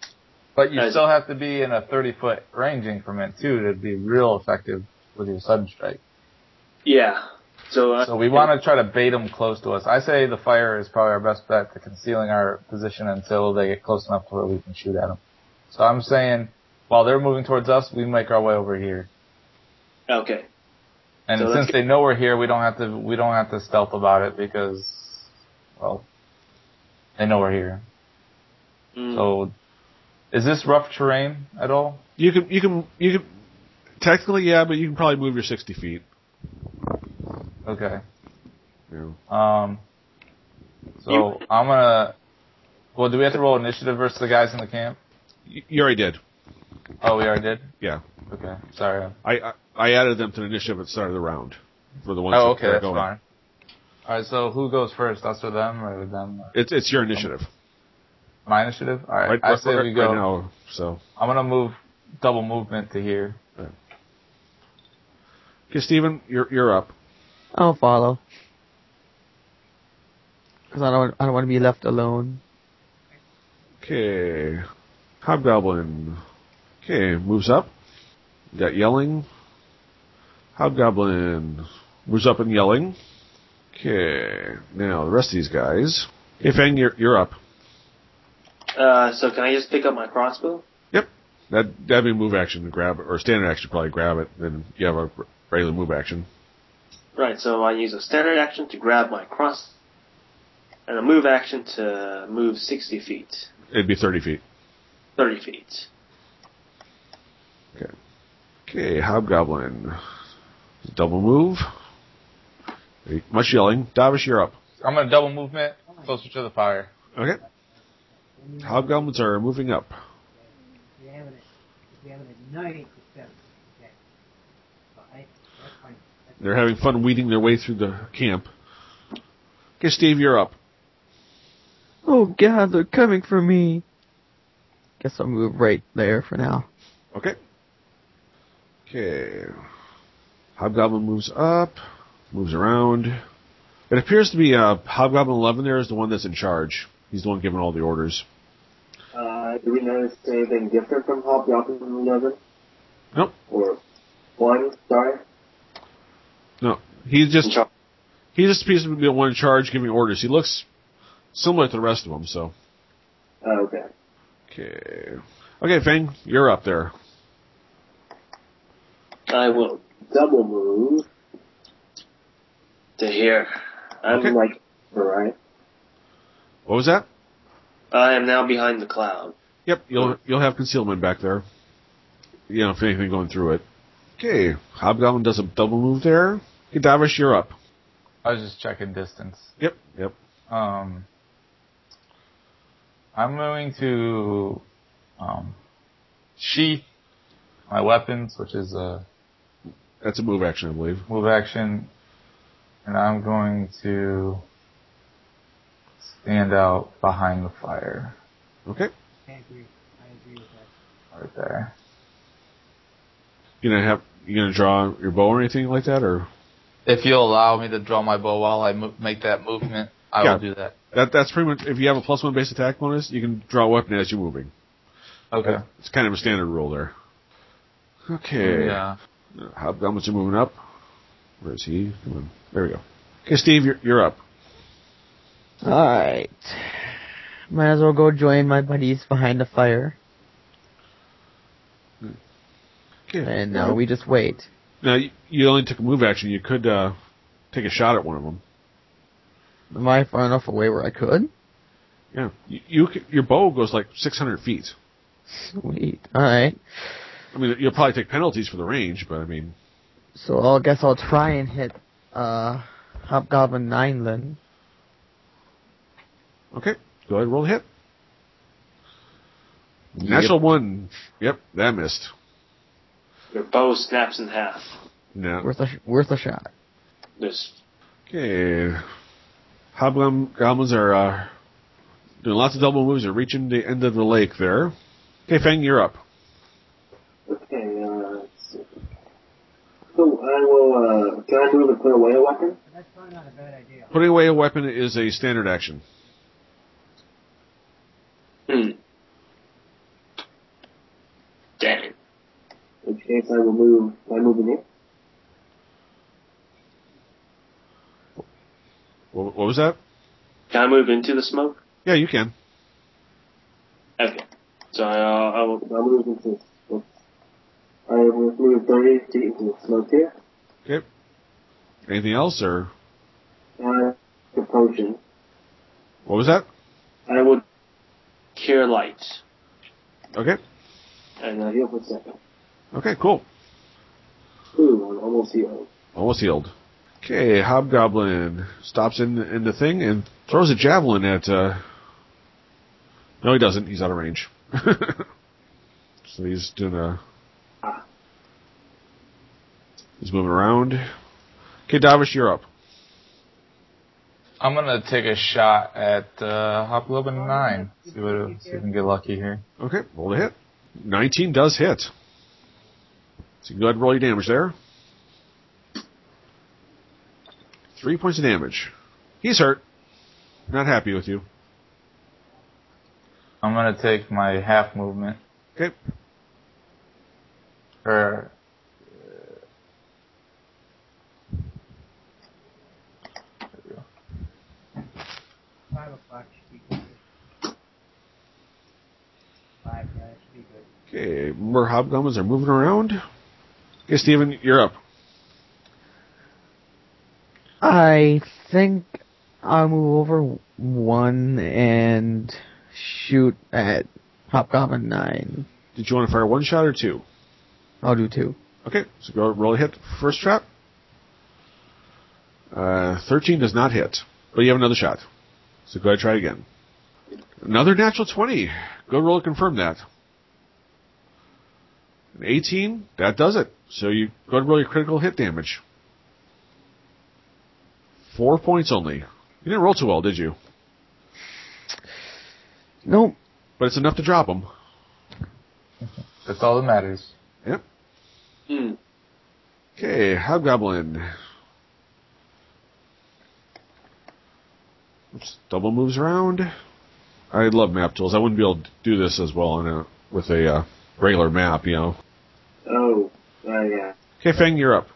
Speaker 5: But you
Speaker 3: Nice.
Speaker 5: still have to be in a 30 foot range increment too to be real effective with your sudden strike.
Speaker 3: Yeah. So, uh,
Speaker 5: So we want to try to bait them close to us. I say the fire is probably our best bet to concealing our position until they get close enough to where we can shoot at them. So I'm saying while they're moving towards us, we make our way over here.
Speaker 3: Okay.
Speaker 5: And
Speaker 3: So let's
Speaker 5: since
Speaker 3: get-
Speaker 5: they know we're here, we don't have to we don't have to stealth about it because well, they know we're here.
Speaker 3: Mm.
Speaker 5: So is this rough terrain at all?
Speaker 2: You can you can you can technically yeah, but you can probably move your sixty feet.
Speaker 5: Okay.
Speaker 2: Yeah.
Speaker 5: Um, so I'm gonna. Well, do we have to roll initiative versus the guys in the camp?
Speaker 2: You, you already did.
Speaker 5: Oh, we already did.
Speaker 2: Yeah.
Speaker 5: Okay, sorry.
Speaker 2: I, I I added them to the initiative at the start of the round for the ones.
Speaker 5: Oh,
Speaker 2: that
Speaker 5: okay,
Speaker 2: are
Speaker 5: that's
Speaker 2: going.
Speaker 5: fine. All right, so who goes first? Us or them, or them?
Speaker 2: It's it's your initiative.
Speaker 5: My initiative. All right,
Speaker 2: Right,
Speaker 5: I
Speaker 2: right-
Speaker 5: say
Speaker 2: right-
Speaker 5: we go.
Speaker 2: right now. So
Speaker 5: I'm gonna move double movement to here.
Speaker 2: okay, Steven, you're you're up.
Speaker 4: I'll follow. Cause I don't, I don't want to be left alone.
Speaker 2: Okay, Hobgoblin. Okay, moves up. Got yelling. Hobgoblin moves up and yelling. Okay, now the rest of these guys. Okay, Fang, you're you're up.
Speaker 3: Uh, so can I just pick up my crossbow?
Speaker 2: That that'd be a move action to grab it, or standard action to probably grab it. Then you have a regular move action.
Speaker 3: Right. So I use a standard action to grab my cross, and a move action to move sixty feet,
Speaker 2: It'd be thirty feet.
Speaker 3: thirty feet.
Speaker 2: Okay, Hobgoblin. Double move. Much yelling. Davish, you're up.
Speaker 5: I'm gonna double movement closer to the fire.
Speaker 2: Okay. Hobgoblins are moving up.
Speaker 7: If you're having a, if you're having a night, it's better. Okay. But I, that's fine. That's
Speaker 2: They're having fun weeding their way through the camp. Okay, Steve, you're up.
Speaker 4: Oh God, they're coming for me. Guess I'll move right there for now.
Speaker 2: Okay. Okay. Hobgoblin moves up, moves around. It appears to be uh, Hobgoblin 11 there is the one that's in charge. He's the one giving all the orders.
Speaker 6: Uh, do we notice anything different from Hobgoblin 11?
Speaker 2: Nope.
Speaker 6: Or 1, sorry?
Speaker 2: No, he's just
Speaker 3: Char-
Speaker 2: he just appears to be the one in charge giving orders. He looks similar to the rest of them, so.
Speaker 6: Oh, okay.
Speaker 2: Okay. Okay, Fang, you're up there.
Speaker 3: I will
Speaker 6: Double move.
Speaker 3: to here. I'm
Speaker 2: Okay.
Speaker 3: like
Speaker 6: Alright.
Speaker 2: What was that?
Speaker 3: I am now behind the cloud.
Speaker 2: Yep, you'll you'll have concealment back there. You know, if anything going through it. Okay, Hobgoblin does a double move there. Okay, Davish, you're up.
Speaker 5: I was just checking distance.
Speaker 2: Yep, yep.
Speaker 5: Um, I'm going to um, sheath my weapons, which is a
Speaker 2: That's a move action, I believe.
Speaker 5: move action, and I'm going to stand out behind the fire
Speaker 2: Okay.
Speaker 7: I agree. I agree with that.
Speaker 5: right there.
Speaker 2: You gonna have you gonna draw your bow or anything like that, or
Speaker 5: If you'll allow me to draw my bow while I mo- make that movement, I
Speaker 2: Yeah.
Speaker 5: will do that.
Speaker 2: that that's pretty much. If you have a plus one base attack bonus, you can draw a weapon as you're moving.
Speaker 5: Okay.
Speaker 2: It's kind of a standard rule there. Okay.
Speaker 5: Yeah.
Speaker 2: How, how much are moving up? Where is he? Come on. There we go. Okay, Steve, you're, you're up.
Speaker 4: Alright. Might as well go join my buddies behind the fire.
Speaker 2: Okay.
Speaker 4: And now we just wait.
Speaker 2: Now you, you only took a move action. You could uh, take a shot at one of them.
Speaker 4: Am I far enough away where I could?
Speaker 2: Yeah. You, you c- your bow goes like 600 feet.
Speaker 4: Sweet. Alright.
Speaker 2: I mean, you'll probably take penalties for the range, but I mean,
Speaker 4: So I'll guess I'll try and hit uh Hobgoblin Nine then.
Speaker 2: okay. Go ahead, and roll a hit. Natural one. Yep, that missed.
Speaker 3: Your bow snaps in half.
Speaker 2: No.
Speaker 4: Worth a sh- worth a shot.
Speaker 3: There's
Speaker 2: Okay. Hobgoblins are uh, doing lots of double moves. They're reaching the end of the lake there. Okay, Fang, you're up.
Speaker 6: Okay, uh, let's see. so I will, uh, can I move and put away a weapon?
Speaker 7: But that's probably not a bad idea.
Speaker 2: Putting away a weapon is a standard action.
Speaker 3: hmm. Damn it.
Speaker 6: In which case I will move, am I moving in?
Speaker 2: Wha- What was that?
Speaker 3: Can I move into the smoke?
Speaker 2: Yeah, you can.
Speaker 3: Okay. So I, uh, I will.
Speaker 6: If I move into, oops. I will move 30 feet into the smoke here.
Speaker 2: Okay. Anything else or
Speaker 6: And I potion.
Speaker 2: what was that?
Speaker 3: I will cure light.
Speaker 2: Okay.
Speaker 3: And
Speaker 6: Now
Speaker 3: uh,
Speaker 6: heal for a second.
Speaker 2: Okay, cool.
Speaker 6: Ooh, I'm almost healed.
Speaker 2: Almost healed. Okay, Hobgoblin stops in in the thing and throws a javelin at. Uh... No, he doesn't. He's out of range. so he's doing a. He's moving around. Okay, Davish, you're up.
Speaker 5: I'm gonna take a shot at uh, Hobgoblin Nine. See what see if we can get lucky here.
Speaker 2: Okay, roll a hit. 19 does hit. So you can go ahead and roll your damage there. Three points of damage. He's hurt. Not happy with you.
Speaker 5: I'm gonna take my half movement.
Speaker 2: Okay.
Speaker 5: Or
Speaker 7: Five o'clock should be good. Five, yeah, that should be good.
Speaker 2: Okay, more hobgoblins are moving around. Okay, Steven, you're up.
Speaker 4: I think I'll move over one and shoot at Hobgoblin Nine.
Speaker 2: Did you want to fire one shot or two?
Speaker 4: I'll do two.
Speaker 2: Okay, so go roll a hit. First shot. Uh, 13 does not hit, but you have another shot. So go ahead and try again. Another natural 20. Go roll to confirm that. An 18, that does it. So you go ahead and roll your critical hit damage. Four points only. You didn't roll too well, did you?
Speaker 4: Nope.
Speaker 2: But it's enough to drop him.
Speaker 5: that's all that matters.
Speaker 2: Yep.
Speaker 3: hmm.
Speaker 2: Okay, Hobgoblin. Oops, double moves around. I love map tools. I wouldn't be able to do this as well on a, with a uh, regular map, you know.
Speaker 6: Oh, uh, yeah.
Speaker 2: Okay, Fang, you're up.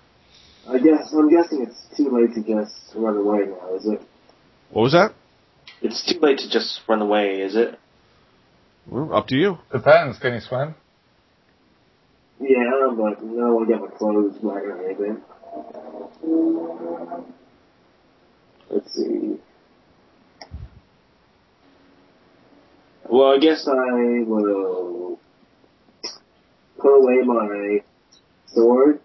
Speaker 6: I guess, I'm guessing it's too late to just run away now, is it?
Speaker 2: What was that?
Speaker 3: It's too late to just run away, is it?
Speaker 2: Well, up to you.
Speaker 5: Depends. Can you swim?
Speaker 6: Yeah, I'm like, no, I got my clothes black or anything. Let's see. Well, I guess I will put away my sword.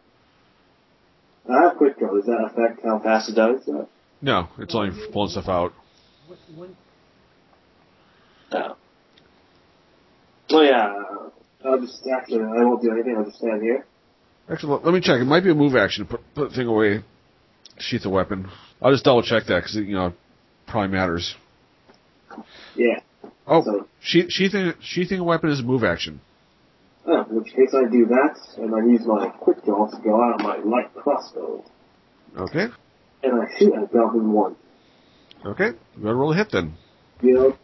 Speaker 6: I have quick draw. Does that affect how fast it does? Uh,
Speaker 2: No, it's only for pulling stuff out.
Speaker 7: What, one,
Speaker 3: No.
Speaker 6: Oh yeah. I'll just actually, I won't do anything. I'll just stand here.
Speaker 2: Actually, let- let me check. It might be a move action. Put, put the thing away. Sheath a weapon. I'll just double check that because you know probably matters.
Speaker 6: Yeah.
Speaker 2: Oh,
Speaker 6: So-
Speaker 2: she she think she think a weapon is a move action.
Speaker 6: Oh, in which case I do that, and I use my quick draw to go out my light crossbow,
Speaker 2: Okay,
Speaker 6: and I shoot at Goblin 1.
Speaker 2: okay, you gotta roll a hit then.
Speaker 6: You know,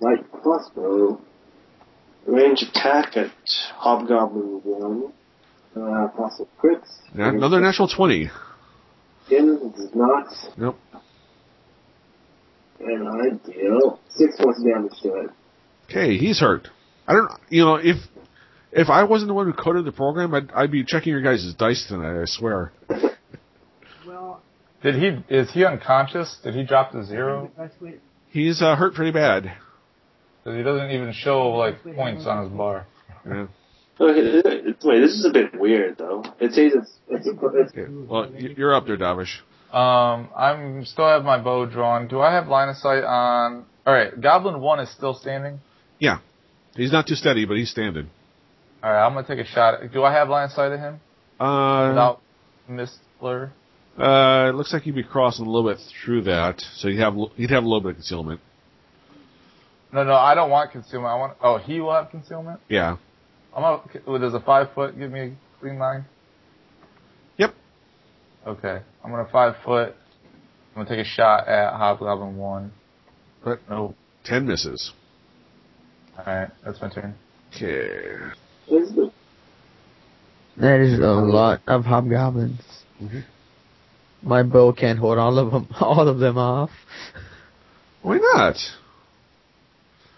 Speaker 6: light crossbow,
Speaker 3: Range attack at
Speaker 6: Hobgoblin 1, uh, possible crits.
Speaker 2: Yeah, Another natural twenty.
Speaker 6: Again, it does not.
Speaker 2: Nope.
Speaker 6: And I deal 6 points of damage to it.
Speaker 2: Okay, he's hurt. I don't, you know, if if I wasn't the one who coded the program, I'd, I'd be checking your guys' dice tonight. I swear.
Speaker 7: Well,
Speaker 5: Did he? Is he unconscious? Did he drop to
Speaker 7: the
Speaker 5: zero?
Speaker 7: best way,
Speaker 2: He's uh, hurt pretty bad.
Speaker 5: Because he doesn't even show like points on his bar.
Speaker 2: Yeah.
Speaker 3: Okay, wait, this is a bit weird though. It says it's
Speaker 6: It's a, it's,
Speaker 2: Okay. Well, y- you're up there, Davish.
Speaker 5: Um, I'm still have my bow drawn. Do I have line of sight on? All right, Goblin One is still standing.
Speaker 2: He's not too steady, but he's standing.
Speaker 5: All right, I'm gonna take a shot. Do I have line of sight of him
Speaker 2: Uh,
Speaker 5: without mist blur?
Speaker 2: uh, it looks like you'd be crossing a little bit through that, so you'd have you'd have a little bit of concealment.
Speaker 5: No, no, I don't want concealment. I want. Oh, he will have concealment.
Speaker 2: Yeah.
Speaker 5: I'm up. Well, does a five foot give me a clean line?
Speaker 2: Yep.
Speaker 5: Okay, I'm gonna five foot. I'm gonna take a shot at Hobgoblin One.
Speaker 2: But
Speaker 5: No.
Speaker 2: ten misses.
Speaker 5: All right, that's my turn.
Speaker 2: Okay.
Speaker 6: it's the
Speaker 4: That is a lot of hobgoblins.
Speaker 2: Mhm.
Speaker 4: My bow can't hold all of them, all of them off.
Speaker 2: Why not?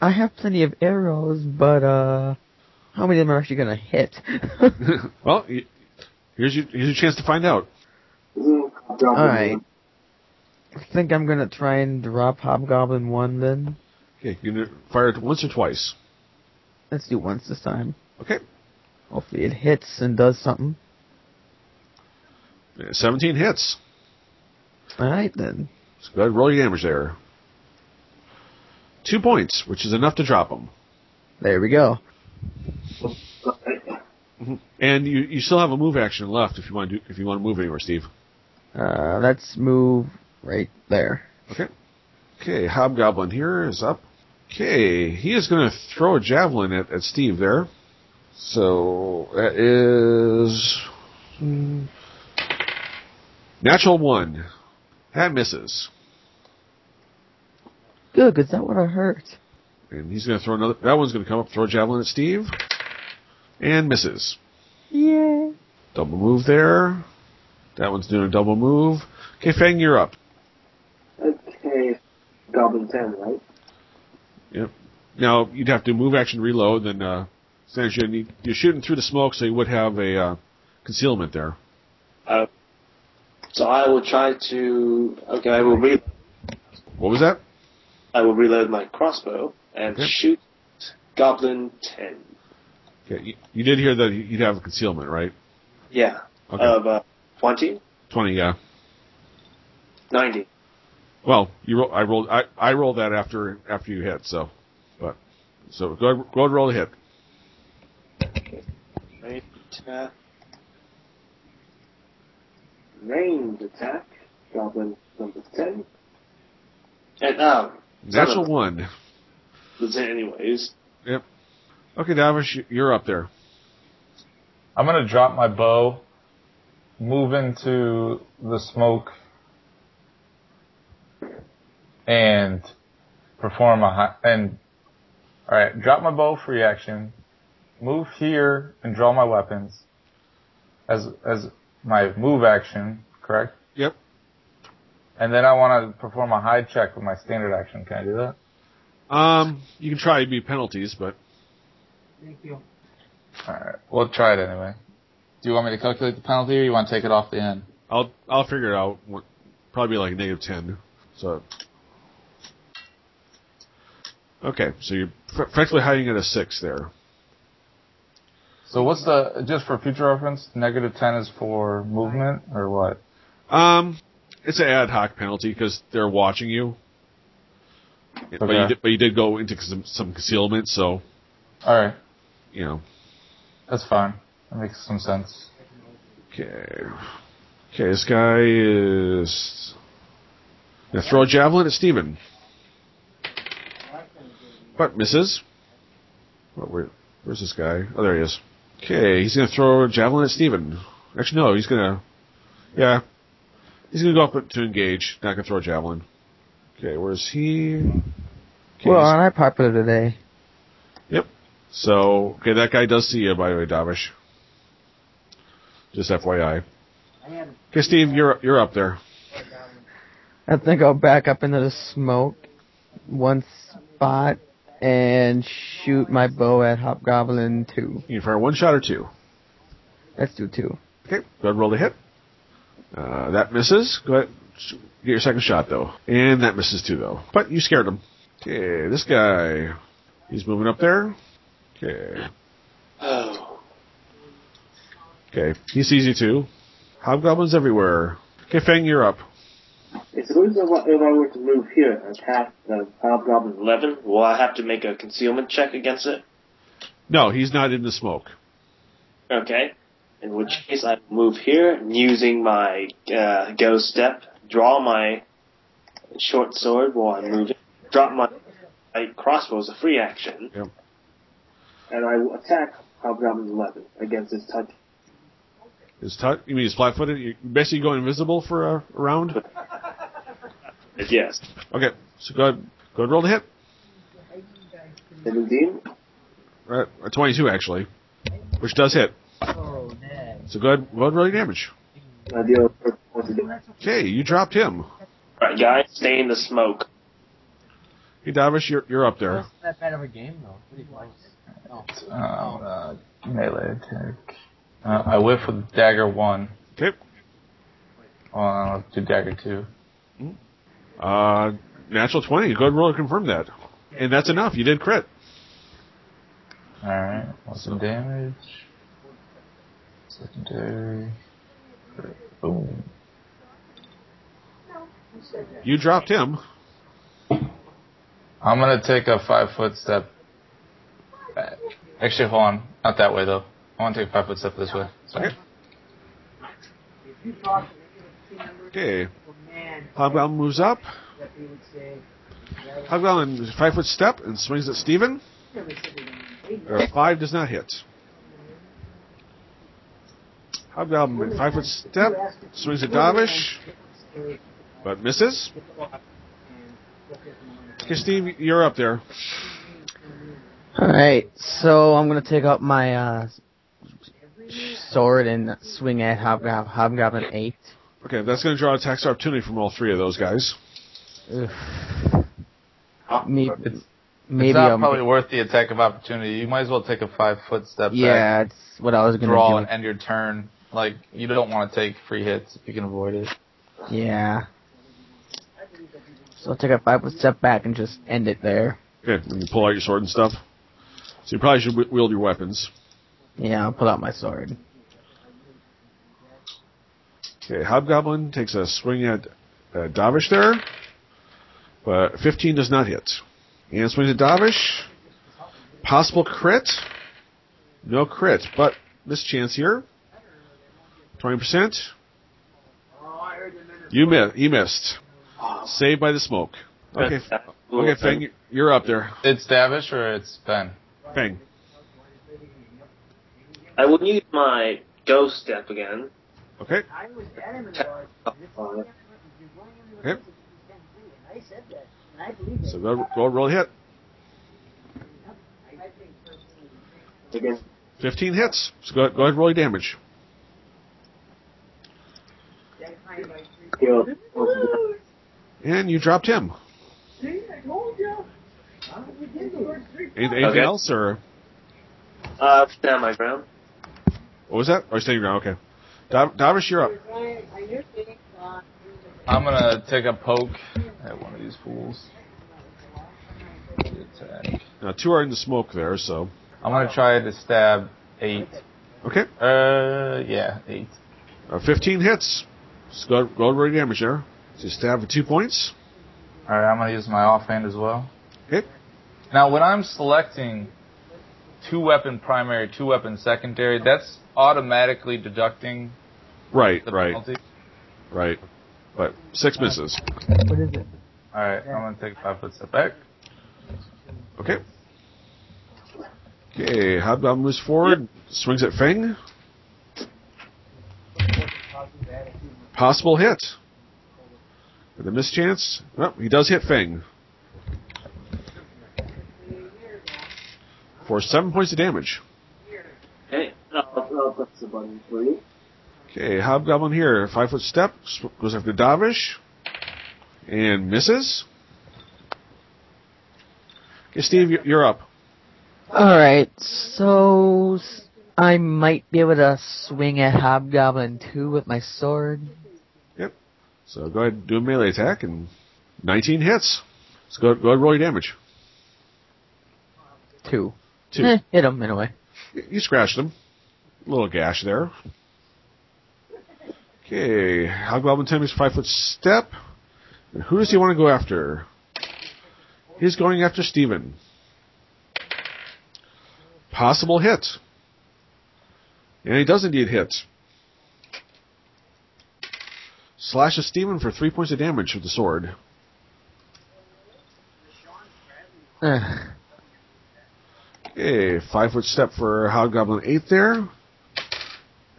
Speaker 4: I have plenty of arrows, but uh, how many of them are actually gonna hit?
Speaker 2: well, y- here's your here's your chance to find out.
Speaker 6: Goblin
Speaker 4: Alright.
Speaker 6: 1.
Speaker 4: I think I'm gonna try and drop hobgoblin one then.
Speaker 2: Okay, you can fire it once or twice.
Speaker 4: Let's do once this time.
Speaker 2: Okay.
Speaker 4: Hopefully it hits and does something.
Speaker 2: Yeah, Seventeen hits.
Speaker 4: All right then.
Speaker 2: So go ahead, roll your damage there. Two points, which is enough to drop him.
Speaker 4: There we go.
Speaker 6: Alright.
Speaker 2: And you, you still have a move action left if you want to do, if you want to move anywhere, Steve.
Speaker 4: Uh, let's move right there.
Speaker 2: Okay, Hobgoblin here is up. Okay, he is going to throw a javelin at, at Steve there. So that is hmm, natural one. That misses,
Speaker 4: Good, 'cause that would have hurt.
Speaker 2: and he's going to throw another. That one's going to come up, throw a javelin at Steve, and misses.
Speaker 4: Yeah.
Speaker 2: Double move there. That one's doing a double move. Okay, Fang, you're up.
Speaker 6: Okay. Goblin 10, right?
Speaker 2: Now you'd have to move action, reload, then uh, since you need- you're shooting through the smoke, so you would have a uh, concealment there.
Speaker 3: so I will try to okay, I will re
Speaker 2: What was that?
Speaker 3: I will reload my crossbow and
Speaker 2: Yep.
Speaker 3: shoot Goblin ten.
Speaker 2: Okay, you, you did hear that you'd have a concealment, right?
Speaker 3: Yeah.
Speaker 2: Okay,
Speaker 3: Of uh, 20?
Speaker 2: twenty. Yeah.
Speaker 3: 90.
Speaker 2: Well, you roll. I rolled. I, I rolled that after after you hit. So, but so go ahead, go ahead and roll a hit.
Speaker 3: Range attack. Range attack.
Speaker 6: Goblin number 10.
Speaker 3: And um, now,
Speaker 2: Natural
Speaker 3: Seven.
Speaker 2: one.
Speaker 3: was it anyways?
Speaker 2: Okay, Davish, you're up there.
Speaker 5: I'm gonna drop my bow, move into the smoke, and perform a high, and all right, drop my bow free action, move here and draw my weapons as as my move action, correct?
Speaker 2: Yep.
Speaker 5: And then I want to perform a hide check with my standard action. Can I do that?
Speaker 2: Um, you can try to be penalties, but
Speaker 7: thank you.
Speaker 5: All right, we'll try it anyway. Do you want me to calculate the penalty, or you want to take it off the end?
Speaker 2: I'll I'll figure it out. What- Probably like negative ten. So okay, so you're pr- practically hiding at a six there.
Speaker 5: So what's the just for future reference? Negative ten is for movement or what?
Speaker 2: Um, it's an ad hoc penalty because they're watching you. But you
Speaker 5: Okay.
Speaker 2: did, but you did go into some, some concealment, so
Speaker 5: All right,
Speaker 2: you know.
Speaker 5: that's fine. That makes some sense.
Speaker 2: Okay. Okay, this guy is. Gonna throw a javelin at Steven. But misses. What, where, where's this guy? Oh, there he is. Okay, he's gonna throw a javelin at Steven. Actually, no, he's gonna. Yeah. He's gonna go up to engage, not gonna throw a javelin. Okay, where's he? Okay,
Speaker 4: Well,
Speaker 2: he's-
Speaker 4: aren't I popular today?
Speaker 2: so, okay, that guy does see you, by the way, Davish. Just FYI.
Speaker 7: I had a
Speaker 2: Okay, Steve, you're you're up there.
Speaker 7: four down
Speaker 4: I think I'll back up into the smoke one spot and shoot my bow at Hobgoblin 2.
Speaker 2: You can fire one shot or two.
Speaker 4: Let's do two.
Speaker 2: Okay, go ahead and roll the hit. Uh, that misses. Go ahead. sh- Get your second shot, though. And that misses, too, though. But you scared him. Okay, this guy. He's moving up there. Okay.
Speaker 3: Oh.
Speaker 2: Okay, he sees you, too. Hobgoblins everywhere. Okay, Fang, you're up.
Speaker 3: It's suppose if I, if I were to move here and attack the Hobgoblin 11, will I have to make a concealment check against it?
Speaker 2: No, he's not in the smoke.
Speaker 3: Okay. In which case, I move here and using my uh, go step, draw my short sword while I'm moving, drop my, my crossbow as a free action,
Speaker 2: Yep.
Speaker 3: and I will attack Hobgoblin 11 against its touch.
Speaker 2: Is Tut? You mean he's flat-footed? You basically go invisible for a, a round.
Speaker 3: Yes.
Speaker 2: Okay, so go ahead, go ahead, and roll the hit.
Speaker 3: 17?
Speaker 2: Right, Uh, a twenty-two actually, which does hit.
Speaker 7: Oh, man.
Speaker 2: So go ahead, go ahead, and roll your damage.
Speaker 3: I deal what to do.
Speaker 2: Okay, you dropped him.
Speaker 3: Alright, guys, stay in the smoke.
Speaker 2: Hey, Davish, you're you're up there.
Speaker 7: That's not that bad of a game, though. Pretty close. Oh,
Speaker 5: Um, uh, melee attack. Uh, I whiff with dagger one.
Speaker 2: Okay,
Speaker 5: Oh, I'll do dagger two.
Speaker 2: uh, natural twenty. Go ahead and roll to confirm that, and that's enough. You did crit.
Speaker 5: All right. What's the damage? Secondary. Boom.
Speaker 2: You dropped him.
Speaker 5: I'm gonna take a five foot step. back. Actually, hold on. Not that way though. I want to take a five foot step this way. Sorry.
Speaker 2: Okay. Okay,
Speaker 7: man.
Speaker 2: Hobgoblin moves up.
Speaker 7: That they would say.
Speaker 2: Hobgoblin five foot step and swings at Steven. Uh, five does not hit. Hobgoblin five foot step swings at Davish, but misses. Okay, Steve, you're up there.
Speaker 4: Alright, so I'm gonna take out my, uh, sword and swing at Hobgob- Hobgoblin 8.
Speaker 2: Okay, that's going to draw a tax opportunity from all three of those guys.
Speaker 4: Ugh.
Speaker 5: It's,
Speaker 4: Maybe,
Speaker 5: it's
Speaker 4: maybe
Speaker 5: not
Speaker 4: I'll-
Speaker 5: probably worth the attack of opportunity. You might as well take a five foot step back,
Speaker 4: Yeah, that's what I was gonna
Speaker 5: draw
Speaker 4: do.
Speaker 5: and end your turn. Like you don't want to take free hits if you can avoid it.
Speaker 4: Yeah. So I'll take a five foot step back and just end it there.
Speaker 2: Okay, and you pull out your sword and stuff. So you probably should wi- wield your weapons.
Speaker 4: Yeah, I'll pull out my sword.
Speaker 2: Okay, Hobgoblin takes a swing at uh, Davish there, but 15 does not hit. And swings at Davish. Possible crit. No crit, but this chance here. 20%. You, mi- you missed. Saved by the smoke. Okay, f- okay Fang, you're up there.
Speaker 5: It's Davish or it's Ben.
Speaker 2: Fang.
Speaker 3: I will use my go step again.
Speaker 2: Okay,
Speaker 7: I was adamant
Speaker 3: about
Speaker 7: about
Speaker 3: it.
Speaker 2: Yep.
Speaker 7: I said that, and I believe
Speaker 2: so go, go roll a hit.
Speaker 3: Against
Speaker 2: 15 hits. So go, go ahead and roll your damage.
Speaker 3: skill.
Speaker 2: And you dropped him. Anything, anything
Speaker 3: Okay.
Speaker 2: else, or
Speaker 3: Uh, stand my ground.
Speaker 2: what was that? Oh, staying around. Okay. Dav- Davish, you're up.
Speaker 5: I'm gonna take a poke at one of these fools. Attack.
Speaker 2: Now, two are in the smoke there, so.
Speaker 5: I'm gonna try to stab eight.
Speaker 2: Okay.
Speaker 5: Uh, yeah, eight.
Speaker 2: Uh, 15 hits. So go, go ahead and roll your damage there. So stab for two points.
Speaker 5: All right, I'm gonna use my offhand as well.
Speaker 2: Okay.
Speaker 5: Now, when I'm selecting two weapon primary, two weapon secondary, that's automatically deducting
Speaker 2: Right,
Speaker 5: the
Speaker 2: right.
Speaker 5: penalty.
Speaker 2: right? But six misses.
Speaker 7: What is it?
Speaker 5: All right, I'm gonna take a five foot step back.
Speaker 2: Okay. Okay, Hobgoblin moves forward, swings at Fang. Possible hit. With a mischance. Well, he does hit Fang. For seven points of damage.
Speaker 3: Hey,
Speaker 6: I'll, I'll press the button for you.
Speaker 2: Okay, Hobgoblin here. Five foot step. sw- Goes after Davish. And misses. Okay, Steve, you- you're up.
Speaker 4: Alright, so s- I might be able to swing at Hobgoblin 2 with my sword.
Speaker 2: So go ahead and do a melee attack and 19 hits. So go, go ahead and roll your damage.
Speaker 4: 2.
Speaker 2: Two.
Speaker 4: Eh, hit him in a way.
Speaker 2: Y- You scratched him. Little gash there. Okay, Hobgoblin Timmy's five foot step. And who does he want to go after? He's going after Steven. Possible hit. And he does indeed hit. Slashes Steven for three points of damage with the sword.
Speaker 4: Ugh.
Speaker 2: Okay, five foot step for Hobgoblin 8 there.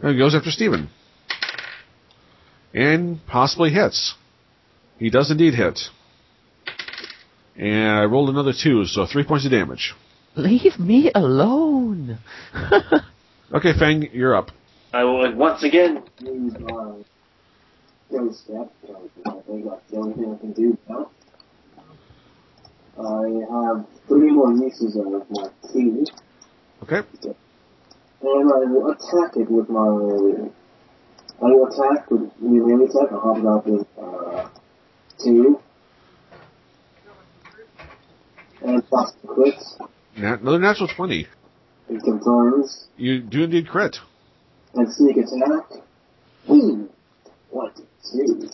Speaker 2: And he goes after Steven. And possibly hits. He does indeed hit. And I rolled another two, so three points of damage.
Speaker 4: Leave me alone!
Speaker 2: Okay, Fang, you're up.
Speaker 3: I would once again.
Speaker 6: Use my go uh, step. I think that's the only thing I can do now. I have three more uses of my key,
Speaker 2: Okay,
Speaker 6: and I will attack it with my. I will attack with the melee attack. I'll have it up with uh, two. And plus crits.
Speaker 2: na- another natural 20.
Speaker 6: It confirms.
Speaker 2: You do indeed crit.
Speaker 6: And sneak attack. Hmm. One, two.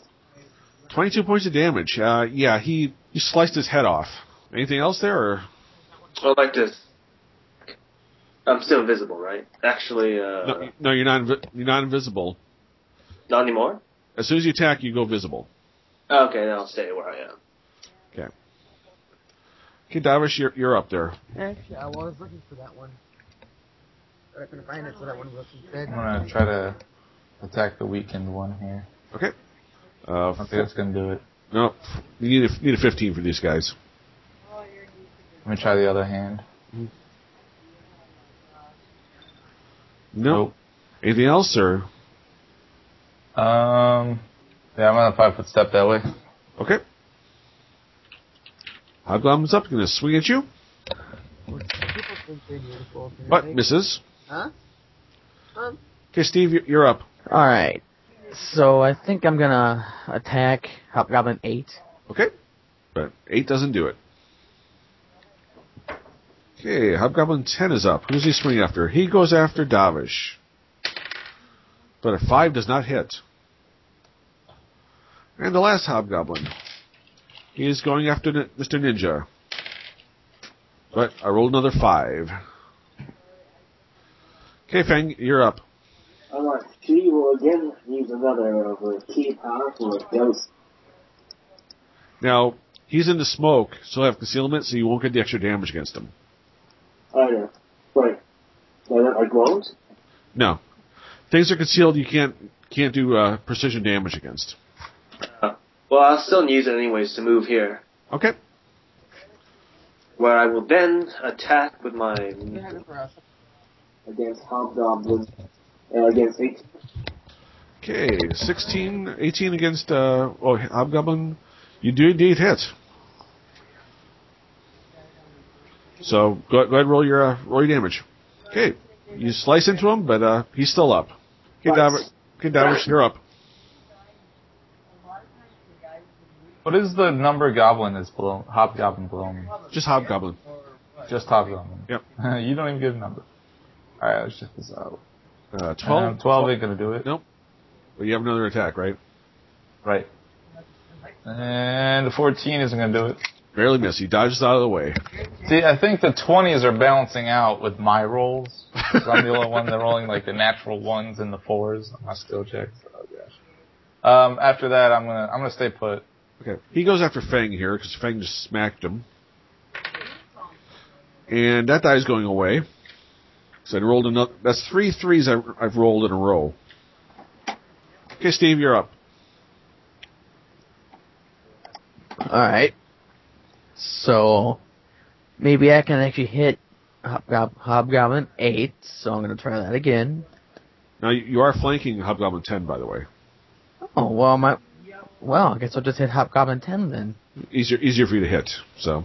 Speaker 2: 22 points of damage. Uh, yeah, he you sliced his head off. Anything else there? Or?
Speaker 3: Well, like this. I'm still invisible, right? Actually, uh,
Speaker 2: No, no, you're not invi- you're not invisible.
Speaker 3: not anymore.
Speaker 2: As soon as you attack, you go visible.
Speaker 3: Okay, then I'll stay where I am.
Speaker 2: Okay, Davish, you're, you're up there.
Speaker 4: Actually, I was looking for that one. But I couldn't find it, so that one was instead.
Speaker 5: I'm gonna try to attack the weakened one here.
Speaker 2: Uh,
Speaker 5: I don't think that's gonna do it.
Speaker 2: No, you need a, need a 15 for these guys.
Speaker 5: Let me try the other hand.
Speaker 2: No. Anything else, or
Speaker 5: Nope. Um. Yeah, I'm on a five foot step that way.
Speaker 2: okay? Hobgoblin's up, going to swing at you,
Speaker 4: People think they're beautiful. don't
Speaker 2: but
Speaker 4: they?
Speaker 2: misses.
Speaker 4: Huh? Huh?
Speaker 2: Okay, Steve, you're, you're up.
Speaker 4: Alright. So I think I'm gonna attack Hobgoblin 8.
Speaker 2: Okay, but eight doesn't do it. Okay, Hobgoblin ten is up. Who's he swinging after? He goes after Davish, but a five does not hit. And the last Hobgoblin, he is going after Ni- Mr. Ninja, but I rolled another five. Okay, Fang, you're up.
Speaker 6: Alright, she will again use another of her key power for a dose.
Speaker 2: Now he's in the smoke, so he'll have concealment, so you won't get the extra damage against him.
Speaker 6: I know. Right. Now that I won't?
Speaker 2: No, things are concealed. You can't can't do uh, precision damage against.
Speaker 3: Well, I'll still use it anyways to move here,
Speaker 2: Okay,
Speaker 3: where I will then attack with my.
Speaker 6: Against Hobgoblin. Uh, against eight.
Speaker 2: okay, 16, 18 against uh, oh hobgoblin. You do indeed hit. So go, go ahead, and roll your uh, roll your damage. Okay, you slice into him, but uh, he's still up. Okay, Davers, okay, Davers, you're up.
Speaker 5: What is the number goblin that's below hobgoblin below me?
Speaker 2: Just hobgoblin.
Speaker 5: Just hobgoblin.
Speaker 2: Yep.
Speaker 5: you don't even get a number. All right, let's check this out.
Speaker 2: Uh, Twelve.
Speaker 5: Um, Twelve ain't gonna do it.
Speaker 2: Nope. You have another attack, right?
Speaker 5: Right. And the 14 isn't going to do it.
Speaker 2: Barely miss. He dodges out of the way.
Speaker 5: See, I think the 20s are balancing out with my rolls. 'cause I'm the only one that rolling like the natural ones and the fours on my skill checks. Oh gosh. Um, after that, I'm gonna I'm gonna stay put.
Speaker 2: Okay. He goes after Fang here because Fang just smacked him. And that die's going away. So I rolled another. That's three threes I've, I've rolled in a row. Okay, Steve, you're up.
Speaker 4: Alright. So, maybe I can actually hit Hobgob- Hobgoblin 8, so I'm gonna try that again.
Speaker 2: Now you- you are flanking Hobgoblin 10, by the way.
Speaker 4: Oh, well, my. Well, I guess I'll just hit Hobgoblin 10 then.
Speaker 2: Easier, easier for you to hit. So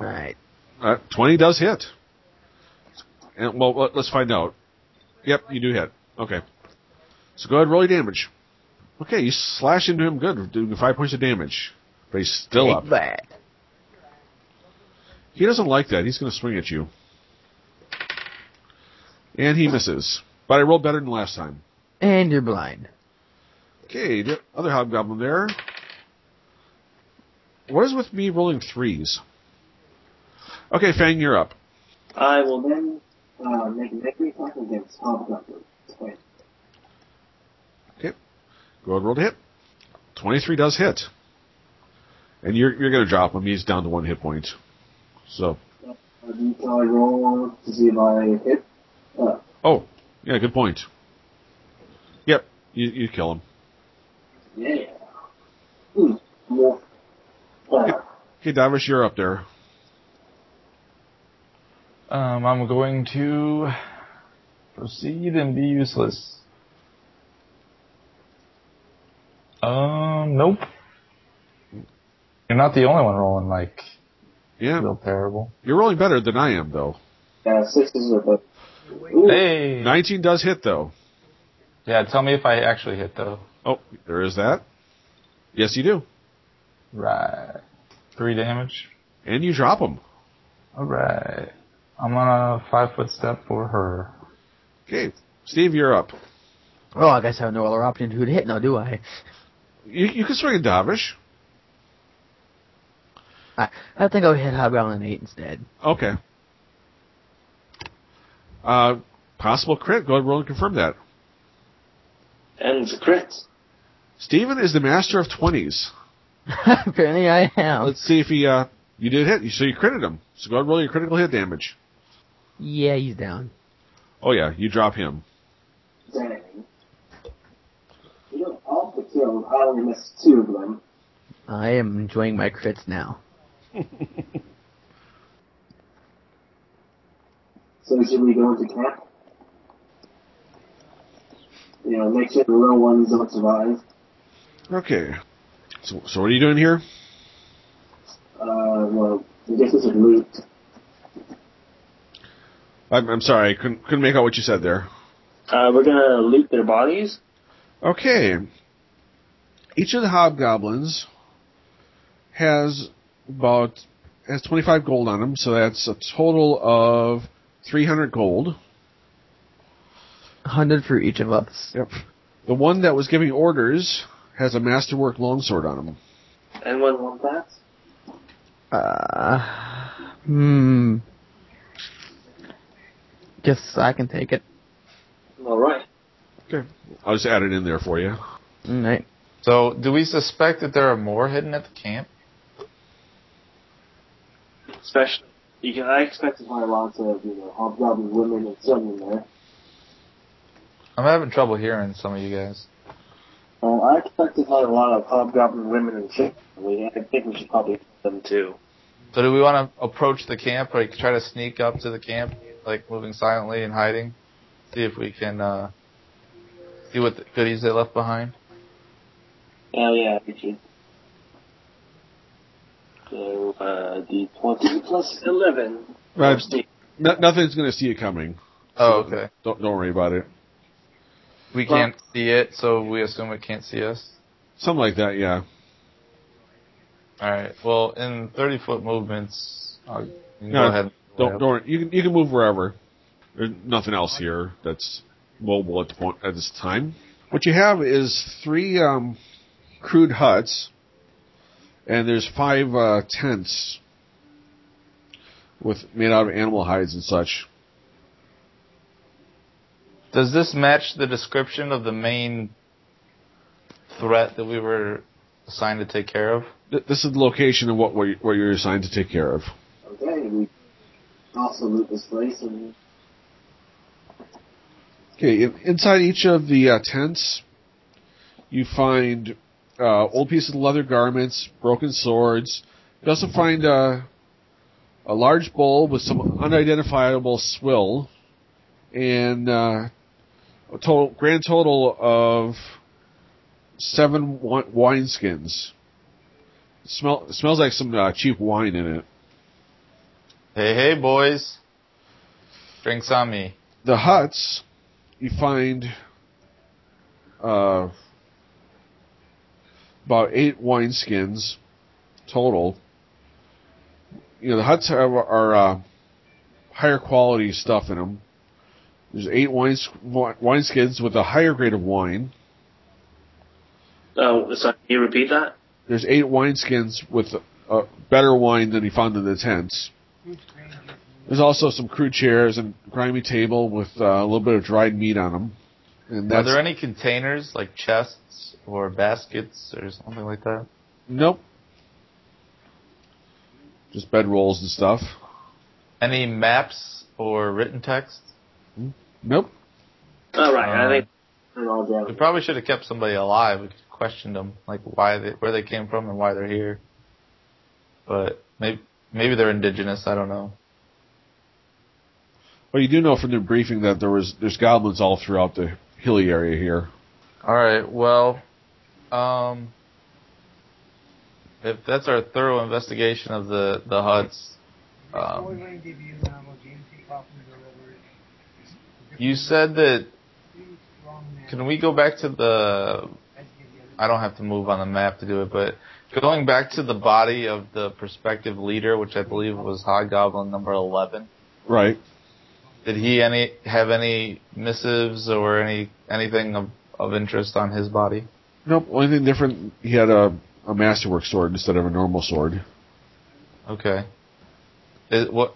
Speaker 4: Alright.
Speaker 2: uh, 20 does hit. And well, let- let's find out. Yep, you do hit. Okay. So go ahead, roll your damage. Okay, you slash into him good, doing five points of damage, but he's still up.
Speaker 4: Take that.
Speaker 2: He doesn't like that. He's going to swing at you. And he misses. But I rolled better than last time.
Speaker 4: And you're blind.
Speaker 2: Okay, the other hobgoblin there. What is with me rolling threes? Okay, Fang, you're up.
Speaker 3: I will then.
Speaker 6: Then, uh, make an equity attack against Hobgoblin. Wait,
Speaker 2: Go ahead, roll to hit. 23 does hit. And you're, you're going to drop him. He's down to one hit point. So,
Speaker 6: uh, do I roll to see if I hit? Uh,
Speaker 2: oh, yeah, good point. Yep, you, you kill him.
Speaker 6: Yeah. Hmm. More. Uh,
Speaker 2: Okay, Davish, you're up there.
Speaker 5: Um, I'm going to proceed and be useless. Um, nope. You're not the only one rolling like
Speaker 2: Yeah,
Speaker 5: real terrible.
Speaker 2: you're rolling better than I am, though.
Speaker 6: uh, sixes are both.
Speaker 5: Hey.
Speaker 2: 19 does hit, though.
Speaker 5: Yeah, tell me if I actually hit though.
Speaker 2: Oh, there is that. Yes, you do.
Speaker 5: Right. Three damage.
Speaker 2: And you drop him.
Speaker 5: All right. I'm on a five foot step for her.
Speaker 2: Okay. Steve, you're up.
Speaker 4: Oh, I guess I have no other option to hit now, do I?
Speaker 2: You, you can swing at Davish.
Speaker 4: I, I think I'll hit Hobgoblin 8 instead.
Speaker 2: Okay. Uh, possible crit. Go ahead and roll and confirm that.
Speaker 3: And crit.
Speaker 2: Steven is the master of 20s.
Speaker 4: Apparently I am.
Speaker 2: Let's see if he, uh, you did hit. So you critted him. So go ahead and roll your critical hit damage.
Speaker 4: Yeah, he's down.
Speaker 2: Oh, yeah. You drop him.
Speaker 6: Dang. You know, off the kill, I only missed two of them.
Speaker 4: I am enjoying my crits now.
Speaker 6: So should we go into camp? You know, make sure the little ones don't survive.
Speaker 2: Okay. So, so what are you doing here?
Speaker 6: Uh, well, I guess we should loot.
Speaker 2: I'm, I'm sorry. I couldn't, couldn't make out what you said there.
Speaker 3: Uh, we're gonna loot their bodies.
Speaker 2: Okay. Each of the hobgoblins has about has 25 gold on them, so that's a total of 300 gold.
Speaker 4: 100 for each of us.
Speaker 2: Yep. The one that was giving orders has a masterwork longsword on him.
Speaker 3: Anyone want that?
Speaker 4: Uh, hmm. Guess I can take it.
Speaker 3: All right.
Speaker 2: I'll just add it in there for you.
Speaker 4: Alright.
Speaker 5: So, do we suspect that there are more hidden at the camp?
Speaker 3: Especially, you can. I expect
Speaker 6: That's why lots of, you know, hobgoblin women and children there.
Speaker 5: I'm having trouble hearing some of you guys.
Speaker 6: Uh, I expect to find a lot of
Speaker 3: hobgoblin women and children. We, I think we should probably get them too.
Speaker 5: So, do we want to approach the camp, like try to sneak up to the camp, like moving silently and hiding, see if we can uh, see what the goodies they left behind?
Speaker 3: Oh yeah, we should.
Speaker 6: So, uh, D20 plus
Speaker 3: 11.
Speaker 2: Right. No, nothing's going to see it coming.
Speaker 5: Oh, okay.
Speaker 2: Don't, don't worry about it.
Speaker 5: We can't see it, so we assume it can't see us.
Speaker 2: Something like that, yeah.
Speaker 5: All right. Well, in 30 foot movements, I'll, you can
Speaker 2: No,
Speaker 5: go ahead.
Speaker 2: Don't, don't worry. You can, you can move wherever. There's nothing else here that's mobile at the point at this time. What you have is three um, crude huts, and there's five uh, tents with made out of animal hides and such.
Speaker 5: Does this match the description of the main threat that we were assigned to take care of.
Speaker 2: Th- This is the location of what where you- where you're assigned to take care of.
Speaker 6: Okay, we also loot this place and
Speaker 2: Okay, in, inside each of the uh, tents, you find uh, old pieces of leather garments, broken swords. You also find uh, a large bowl with some unidentifiable swill, and uh, a total grand total of seven wi- wineskins. Smell smells like some uh, cheap wine in it.
Speaker 5: Hey, hey, boys. Drinks on me.
Speaker 2: the huts, you find uh, about eight wineskins total. You know, the huts have, are uh, higher quality stuff in them. There's eight wines, wi- wineskins with a higher grade of wine.
Speaker 3: Oh, sorry, can you repeat that?
Speaker 2: There's eight wineskins with uh, better wine than he found in the tents. There's also some crude chairs and grimy table with uh, a little bit of dried meat on them. And
Speaker 5: Are
Speaker 2: that's
Speaker 5: there any containers like chests or baskets or something like that?
Speaker 2: Nope. Just bedrolls and stuff.
Speaker 5: Any maps or written text?
Speaker 2: Nope.
Speaker 3: All right, I think
Speaker 6: turn all
Speaker 5: We
Speaker 6: down.
Speaker 5: probably should have kept somebody alive. We could have questioned them, like why they, where they came from and why they're here. But maybe maybe they're indigenous. I don't know.
Speaker 2: Well, you do know from the briefing that there was there's goblins all throughout the hilly area here.
Speaker 5: All right. Well, um, if that's our thorough investigation of the the huts,
Speaker 7: Well, we're
Speaker 5: um,
Speaker 7: going to give you um, well, James C. Kaufman's or whatever.
Speaker 5: you said that.
Speaker 7: He's wrong man.
Speaker 5: Can we go back to the?
Speaker 7: I'd give you
Speaker 5: I don't have to move on the map to do it, but going back to the body of the prospective leader, which I believe was Hobgoblin number eleven.
Speaker 2: Right.
Speaker 5: Did he any have any missives or any anything of, of interest on his body?
Speaker 2: Nope. Only thing different, he had a, a masterwork sword instead of a normal sword.
Speaker 5: Okay. Is what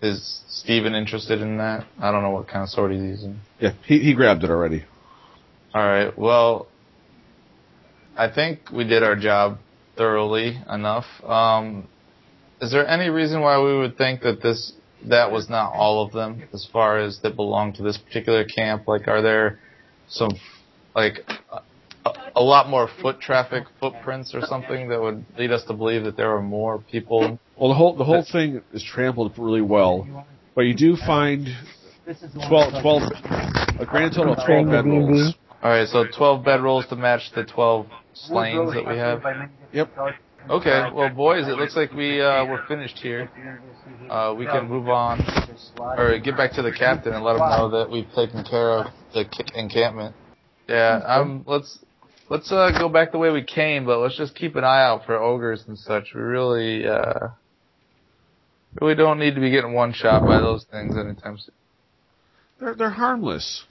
Speaker 5: is Steven interested in that? I don't know what kind of sword he's using.
Speaker 2: Yeah, he, he grabbed it already.
Speaker 5: All right. Well, I think we did our job thoroughly enough. Um, is there any reason why we would think that this that was not all of them, as far as that belong to this particular camp? Like, are there some like a, a lot more foot traffic footprints or something that would lead us to believe that there were more people?
Speaker 2: Well, the whole the whole thing is trampled really well,
Speaker 7: want-
Speaker 2: but you do find
Speaker 7: This is the one
Speaker 2: 12,
Speaker 7: that's-
Speaker 2: 12 a grand total of twelve bedrolls.
Speaker 5: All right, so 12 bedrolls to match the 12
Speaker 7: We're
Speaker 5: slains
Speaker 7: really
Speaker 5: that we
Speaker 7: popular
Speaker 5: have.
Speaker 7: by many different
Speaker 2: Yep.
Speaker 7: cultures.
Speaker 5: Okay, well, boys, it looks like we uh, we're finished here. Uh, we can move on or get back to the captain and let him know that we've taken care of the ca- encampment. Yeah, um, let's let's uh, go back the way we came, but let's just keep an eye out for ogres and such. We really uh, really don't need to be getting one shot by those things anytime soon.
Speaker 2: They're they're harmless.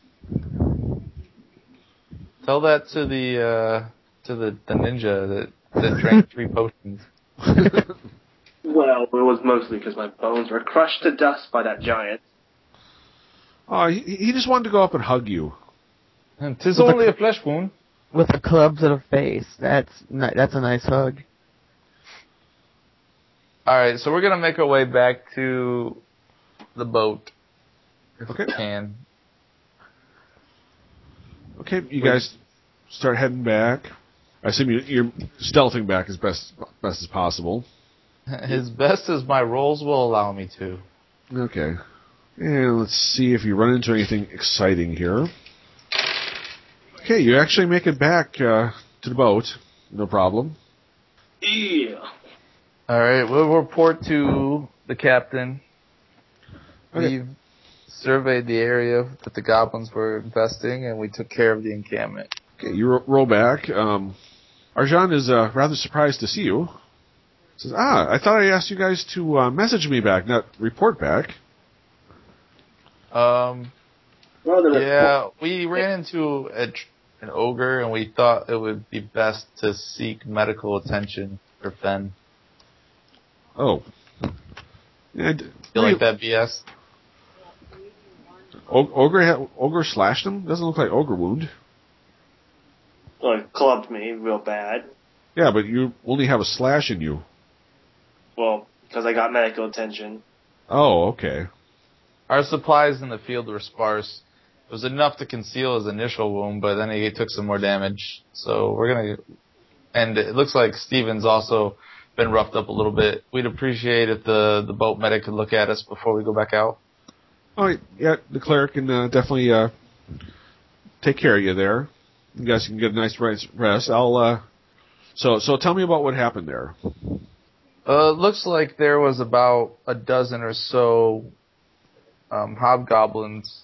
Speaker 5: Tell that to the uh, to the, the ninja that that drank three potions.
Speaker 3: well, it was mostly because my bones were crushed to dust by that giant.
Speaker 2: Oh, he, he just wanted to go up and hug you.
Speaker 5: Tis Hmm. only a flesh wound.
Speaker 4: With a club to the face. That's ni- that's a nice hug.
Speaker 5: All right, so we're gonna make our way back to the boat if
Speaker 2: Okay.
Speaker 5: we can.
Speaker 2: Okay, you guys start heading back. I assume you, you're stealthing back as best best as possible.
Speaker 5: As best as my rolls will allow me to.
Speaker 2: Okay. And let's see if you run into anything exciting here. Okay, you actually make it back uh, to the boat. No problem.
Speaker 3: Yeah.
Speaker 5: All right, we'll report to the captain.
Speaker 2: Okay.
Speaker 5: We surveyed the area that the goblins were investing, and we took care of the encampment.
Speaker 2: Okay, you ro- roll back. Um, Arjan is uh, rather surprised to see you. Says, "Ah, I thought I asked you guys to uh, message me back, not report back."
Speaker 5: Um,
Speaker 6: Well, there
Speaker 5: yeah, we ran into a, tr- an ogre, and we thought it would be best to seek medical attention for Fen.
Speaker 2: Oh. And
Speaker 5: You like that BS?
Speaker 2: O- ogre ha- ogre slashed him. Doesn't look like ogre wound.
Speaker 3: like clubbed me real bad.
Speaker 2: Yeah, but you only have a slash in you.
Speaker 3: Well, because I got medical attention.
Speaker 2: Oh, okay.
Speaker 5: Our supplies in the field were sparse. It was enough to conceal his initial wound, but then he took some more damage. So we're gonna, and it looks like Steven's also been roughed up a little bit. We'd appreciate if the the boat medic could look at us before we go back out.
Speaker 2: All right, yeah, the cleric can uh, definitely uh, take care of you there. You guys can get a nice rest- rest. I'll. Uh, so, so tell me about what happened there.
Speaker 5: Uh, it looks like there was about a dozen or so um, hobgoblins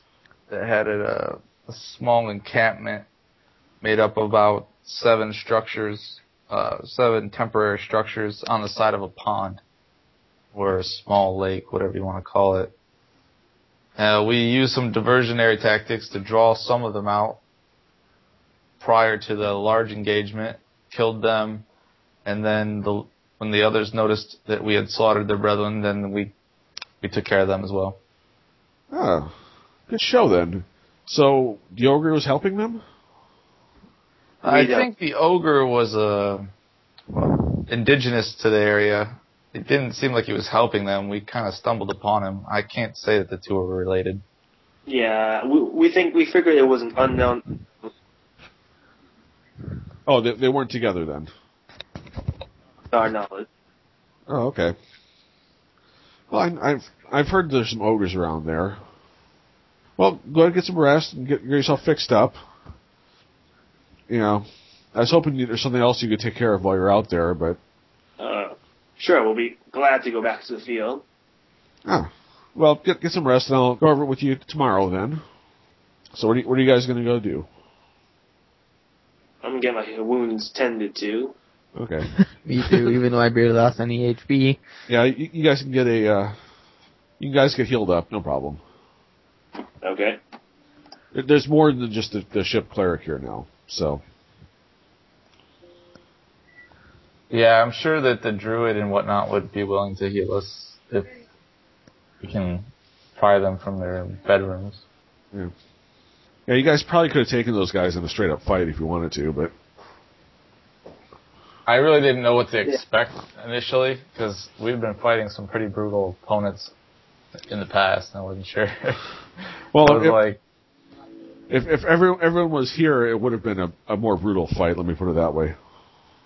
Speaker 5: that had a, a small encampment made up of about seven structures, uh, seven temporary structures on the side of a pond or a small lake, whatever you want to call it. Uh, we used some diversionary tactics to draw some of them out prior to the large engagement, killed them, and then the when the others noticed that we had slaughtered their brethren, then we we took care of them as well.
Speaker 2: Oh, good show then. So the ogre was helping them.
Speaker 5: I
Speaker 3: Yeah.
Speaker 5: think the ogre was uh, indigenous to the area. It didn't seem like he was helping them. We kind of stumbled upon him. I can't say that the two are related.
Speaker 3: Yeah, we, we think we figured it was an unknown.
Speaker 2: Oh, they, they weren't together then.
Speaker 3: Our knowledge.
Speaker 2: Oh, okay. Well, I, I've I've heard there's some ogres around there. Well, go ahead and get some rest and get, get yourself fixed up. You know, I was hoping you- there's something else you could take care of while you're out there, but
Speaker 3: Uh, sure, we'll be glad to go back to the field.
Speaker 2: oh, well, get get some rest and I'll go over it with you tomorrow then. So what are you, what are you guys going to go do?
Speaker 3: I'm getting my wounds tended to.
Speaker 2: Okay.
Speaker 4: Me too, even though I barely lost any HP.
Speaker 2: Yeah, you, you guys can get a. Uh, you guys get healed up, no problem.
Speaker 3: Okay.
Speaker 2: There- There's more than just the, the ship cleric here now, so
Speaker 5: Yeah, I'm sure that the druid and whatnot would be willing to heal us if we can pry them from their bedrooms.
Speaker 2: yeah, you guys probably could have taken those guys in a straight up fight if you wanted to, but
Speaker 5: I really didn't know what to expect initially because we've been fighting some pretty brutal opponents in the past, and I wasn't sure. I
Speaker 2: well,
Speaker 5: was
Speaker 2: if,
Speaker 5: like,
Speaker 2: if if everyone everyone was here, it would have been a, a more brutal fight. Let me put it that way.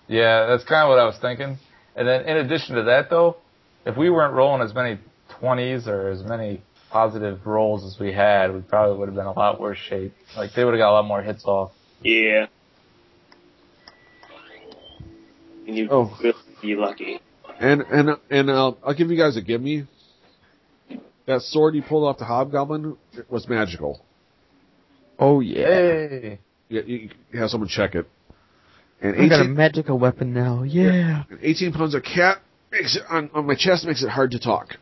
Speaker 5: yeah, that's kind of what I was thinking. And then in addition to that, though, if we weren't rolling as many twenties or as many positive rolls as we had, we probably would have been a lot worse shape. Like they would have got a lot more hits off.
Speaker 3: Yeah. And you
Speaker 2: Oh.
Speaker 3: really be lucky.
Speaker 2: And and and I'll, I'll give you guys a gimme. That sword you pulled off the hobgoblin was magical.
Speaker 4: Oh yeah.
Speaker 5: Hey,
Speaker 2: You, you, you have someone check it. And
Speaker 4: I got a
Speaker 2: 18,
Speaker 4: magical weapon now. Yeah.
Speaker 2: and 18 pounds of cat makes it on, on my chest makes it hard to talk.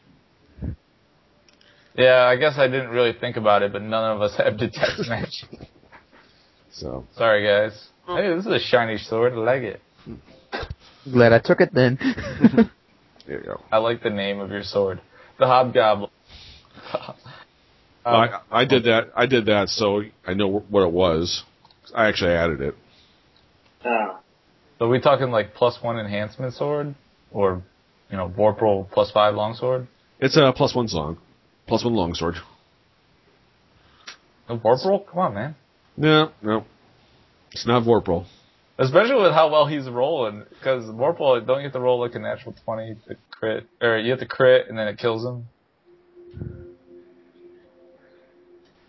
Speaker 5: yeah, I guess I didn't really think about it, but none of us have detect magic.
Speaker 2: So
Speaker 5: Sorry, guys. Hey, this is a shiny sword. I like it.
Speaker 4: Glad I took it then.
Speaker 2: there you go.
Speaker 5: I like the name of your sword, the Hobgoblin. Um,
Speaker 2: I, I did that. I did that, so I know what it was. I actually added it.
Speaker 3: Ah,
Speaker 5: so are we talking like plus one enhancement sword, or you know, Vorpal plus five longsword?
Speaker 2: It's a plus one song, plus one longsword.
Speaker 5: No Vorpal? Come on, man.
Speaker 2: No, no, it's not Vorpal.
Speaker 5: Especially with how well he's rolling, because Vorpal don't you have to roll like a natural twenty to crit, or you have to crit and then it kills him.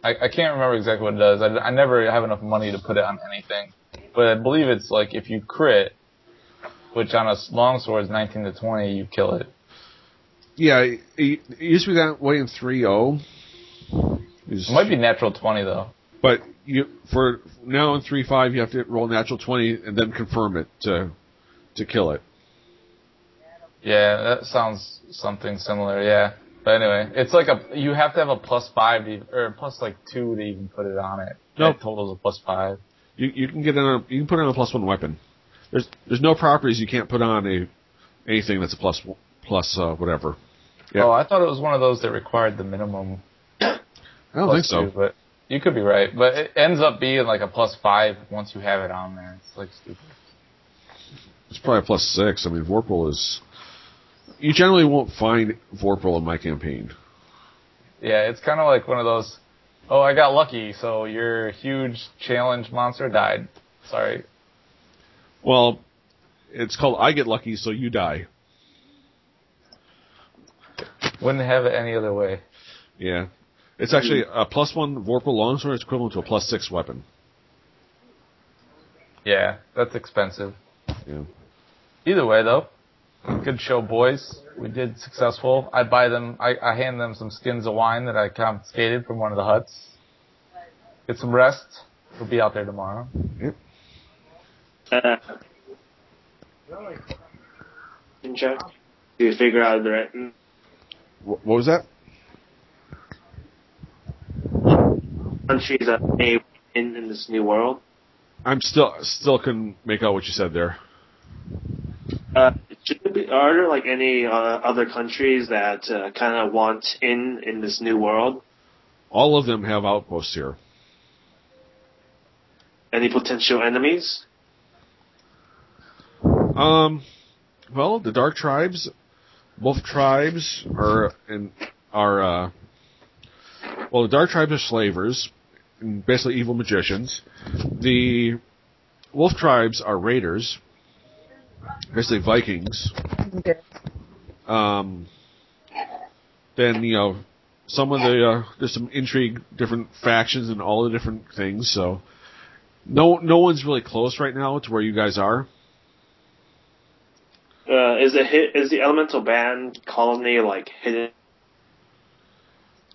Speaker 5: I, I can't remember exactly what it does. I, I never have enough money to put it on anything, but I believe it's like if you crit, which on a longsword is nineteen to twenty, you kill it.
Speaker 2: Yeah, it, it used to be that way in three oh. O.
Speaker 5: It might be natural 20, though.
Speaker 2: but you for now in three five you have to roll natural twenty and then confirm it to to kill it.
Speaker 5: Yeah, that sounds something similar, yeah. But anyway, it's like a, you have to have a plus five, to, ev- or plus like two to even put it on it.
Speaker 2: Nope.
Speaker 5: That totals a plus five.
Speaker 2: You you can get it on you can put it on a plus one weapon. There's there's no properties you can't put on a anything that's a plus one- plus uh, whatever. Yeah.
Speaker 5: Oh, I thought it was one of those that required the minimum
Speaker 2: I don't
Speaker 5: plus
Speaker 2: think so.
Speaker 5: two, but You could be right, but it ends up being like a plus five once you have it on there. It's like stupid.
Speaker 2: It's probably a plus six. I mean, Vorpal is. You generally won't find Vorpal in my campaign.
Speaker 5: Yeah, it's kind of like one of those. Oh, I got lucky, so your huge challenge monster died. Sorry.
Speaker 2: Well, it's called I Get Lucky, so you die.
Speaker 5: Wouldn't have it any other way.
Speaker 2: Yeah. It's actually a plus one Vorpal Longsword is equivalent to a plus six weapon.
Speaker 5: Yeah, that's expensive.
Speaker 2: Yeah.
Speaker 5: Either way, though, good show, boys. We did successful. I buy them. I, I hand them some skins of wine that I confiscated from one of the huts. Get some rest. We'll be out there tomorrow.
Speaker 3: Uh, ninja? Do you figure out the right.
Speaker 2: Wh- What was that?
Speaker 3: countries that may win in this new world.
Speaker 2: I'm still still couldn't make out what you said there.
Speaker 3: Uh, should there be, are there like any uh, other countries that uh, kind of want in in this new world?
Speaker 2: All of them have outposts here.
Speaker 3: Any potential enemies?
Speaker 2: Um, well, the Dark Tribes, both tribes are in are uh, well, the Dark Tribes are slavers, and basically evil magicians. The Wolf Tribes are raiders, basically Vikings.
Speaker 4: Okay.
Speaker 2: Um, then you know, some of the uh, there's some intrigue, different factions, and all the different things. So, no no one's really close right now to where you guys are.
Speaker 3: Uh, is the hit, is the elemental band colony like hidden?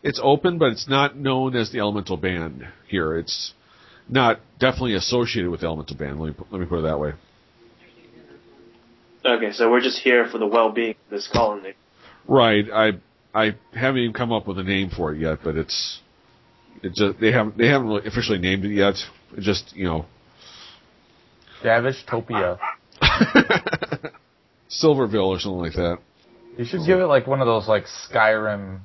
Speaker 2: it's open, but it's not known as the Elemental Band here. It's not definitely associated with the Elemental Band. Let me put- let me put it that way.
Speaker 3: Okay, so we're just here for the well being of this colony.
Speaker 2: Right. I I haven't even come up with a name for it yet, but it's it just they haven't they haven't really officially named it yet. It just you know
Speaker 5: Davish Topia.
Speaker 2: Silverville or something like that.
Speaker 5: You should give it like one of those like Skyrim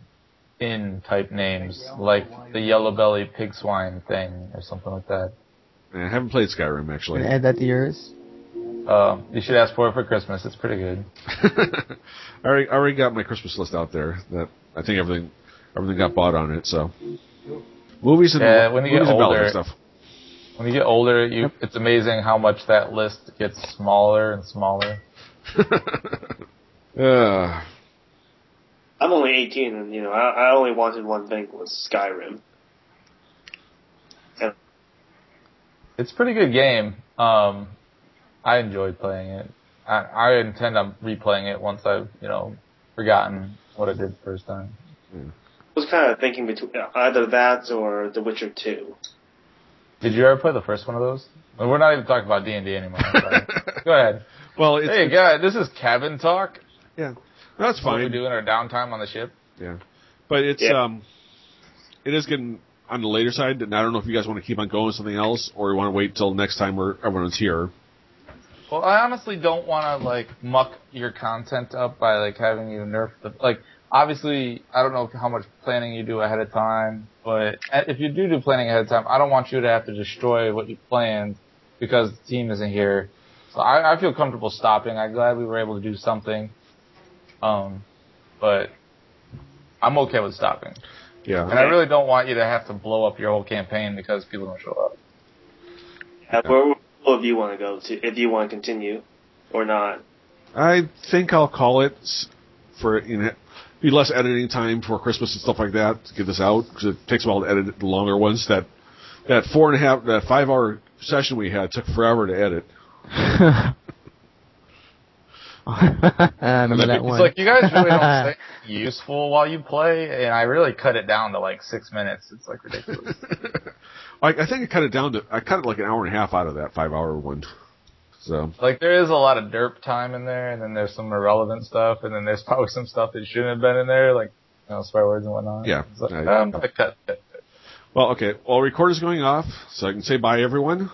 Speaker 5: in type names, like the yellow belly pig swine thing or something like that.
Speaker 2: And I haven't played Skyrim
Speaker 4: Can
Speaker 2: actually.
Speaker 4: I add that to yours?
Speaker 5: Um, you should ask for it for Christmas. It's pretty good.
Speaker 2: I already, I already got my Christmas list out there. That I think everything everything got bought on it. So movies and
Speaker 5: Yeah, when you get
Speaker 2: movies and
Speaker 5: older-
Speaker 2: Bellwether stuff.
Speaker 5: When you get older, you it's amazing how much that list gets smaller and smaller.
Speaker 2: Uh,
Speaker 3: I'm only 18, and you know I, I only wanted one thing was Skyrim.
Speaker 5: It's a pretty good game. Um, I enjoyed playing it. I, I intend on replaying it once I've you know forgotten what I did the first time.
Speaker 3: I was kind of thinking between either that or The Witcher 2.
Speaker 5: Did you ever play the first one of those? Well, we're not even talking about D and D anymore. Sorry. Go ahead.
Speaker 2: well, it's,
Speaker 5: Hey, guy, this is cabin talk.
Speaker 2: yeah, that's
Speaker 5: What we
Speaker 2: fine.
Speaker 5: do in our downtime on the ship.
Speaker 2: Yeah, but it's
Speaker 3: Yeah.
Speaker 2: um, it is getting on the later side, and I don't know if you guys want to keep on going with something else, or you want to wait till next time where everyone's here.
Speaker 5: Well, I honestly don't want to like muck your content up by like having you nerf the like. Obviously, I don't know how much planning you do ahead of time, but if you do do planning ahead of time, I don't want you to have to destroy what you planned because the team isn't here. So I, I feel comfortable stopping. I'm glad we were able to do something, um, but I'm okay with stopping. And
Speaker 2: Yeah,
Speaker 5: I really don't want you to have to blow up your whole campaign because people don't show up.
Speaker 3: Uh, Where would you want to go to if you want to continue or not?
Speaker 2: I think I'll call it s- for you know, be less editing time for Christmas and stuff like that to get this out because it takes a while to edit the longer ones. That that four and a half, that five hour session we had took forever to edit.
Speaker 4: I remember that
Speaker 2: It's
Speaker 5: It's
Speaker 4: one.
Speaker 5: like you guys really don't say useful while you play, and I really cut it down to like six minutes. It's like ridiculous.
Speaker 2: Like I think I cut it down to I cut it like an hour and a half out of that five hour one. So
Speaker 5: like there is a lot of derp time in there, and then there's some irrelevant stuff, and then there's probably some stuff that shouldn't have been in there, like you know, swear words and whatnot.
Speaker 2: Yeah.
Speaker 5: It's like,
Speaker 2: I-
Speaker 5: I'm gonna cut it.
Speaker 2: well, okay. Well, record is going off, so I can say bye everyone.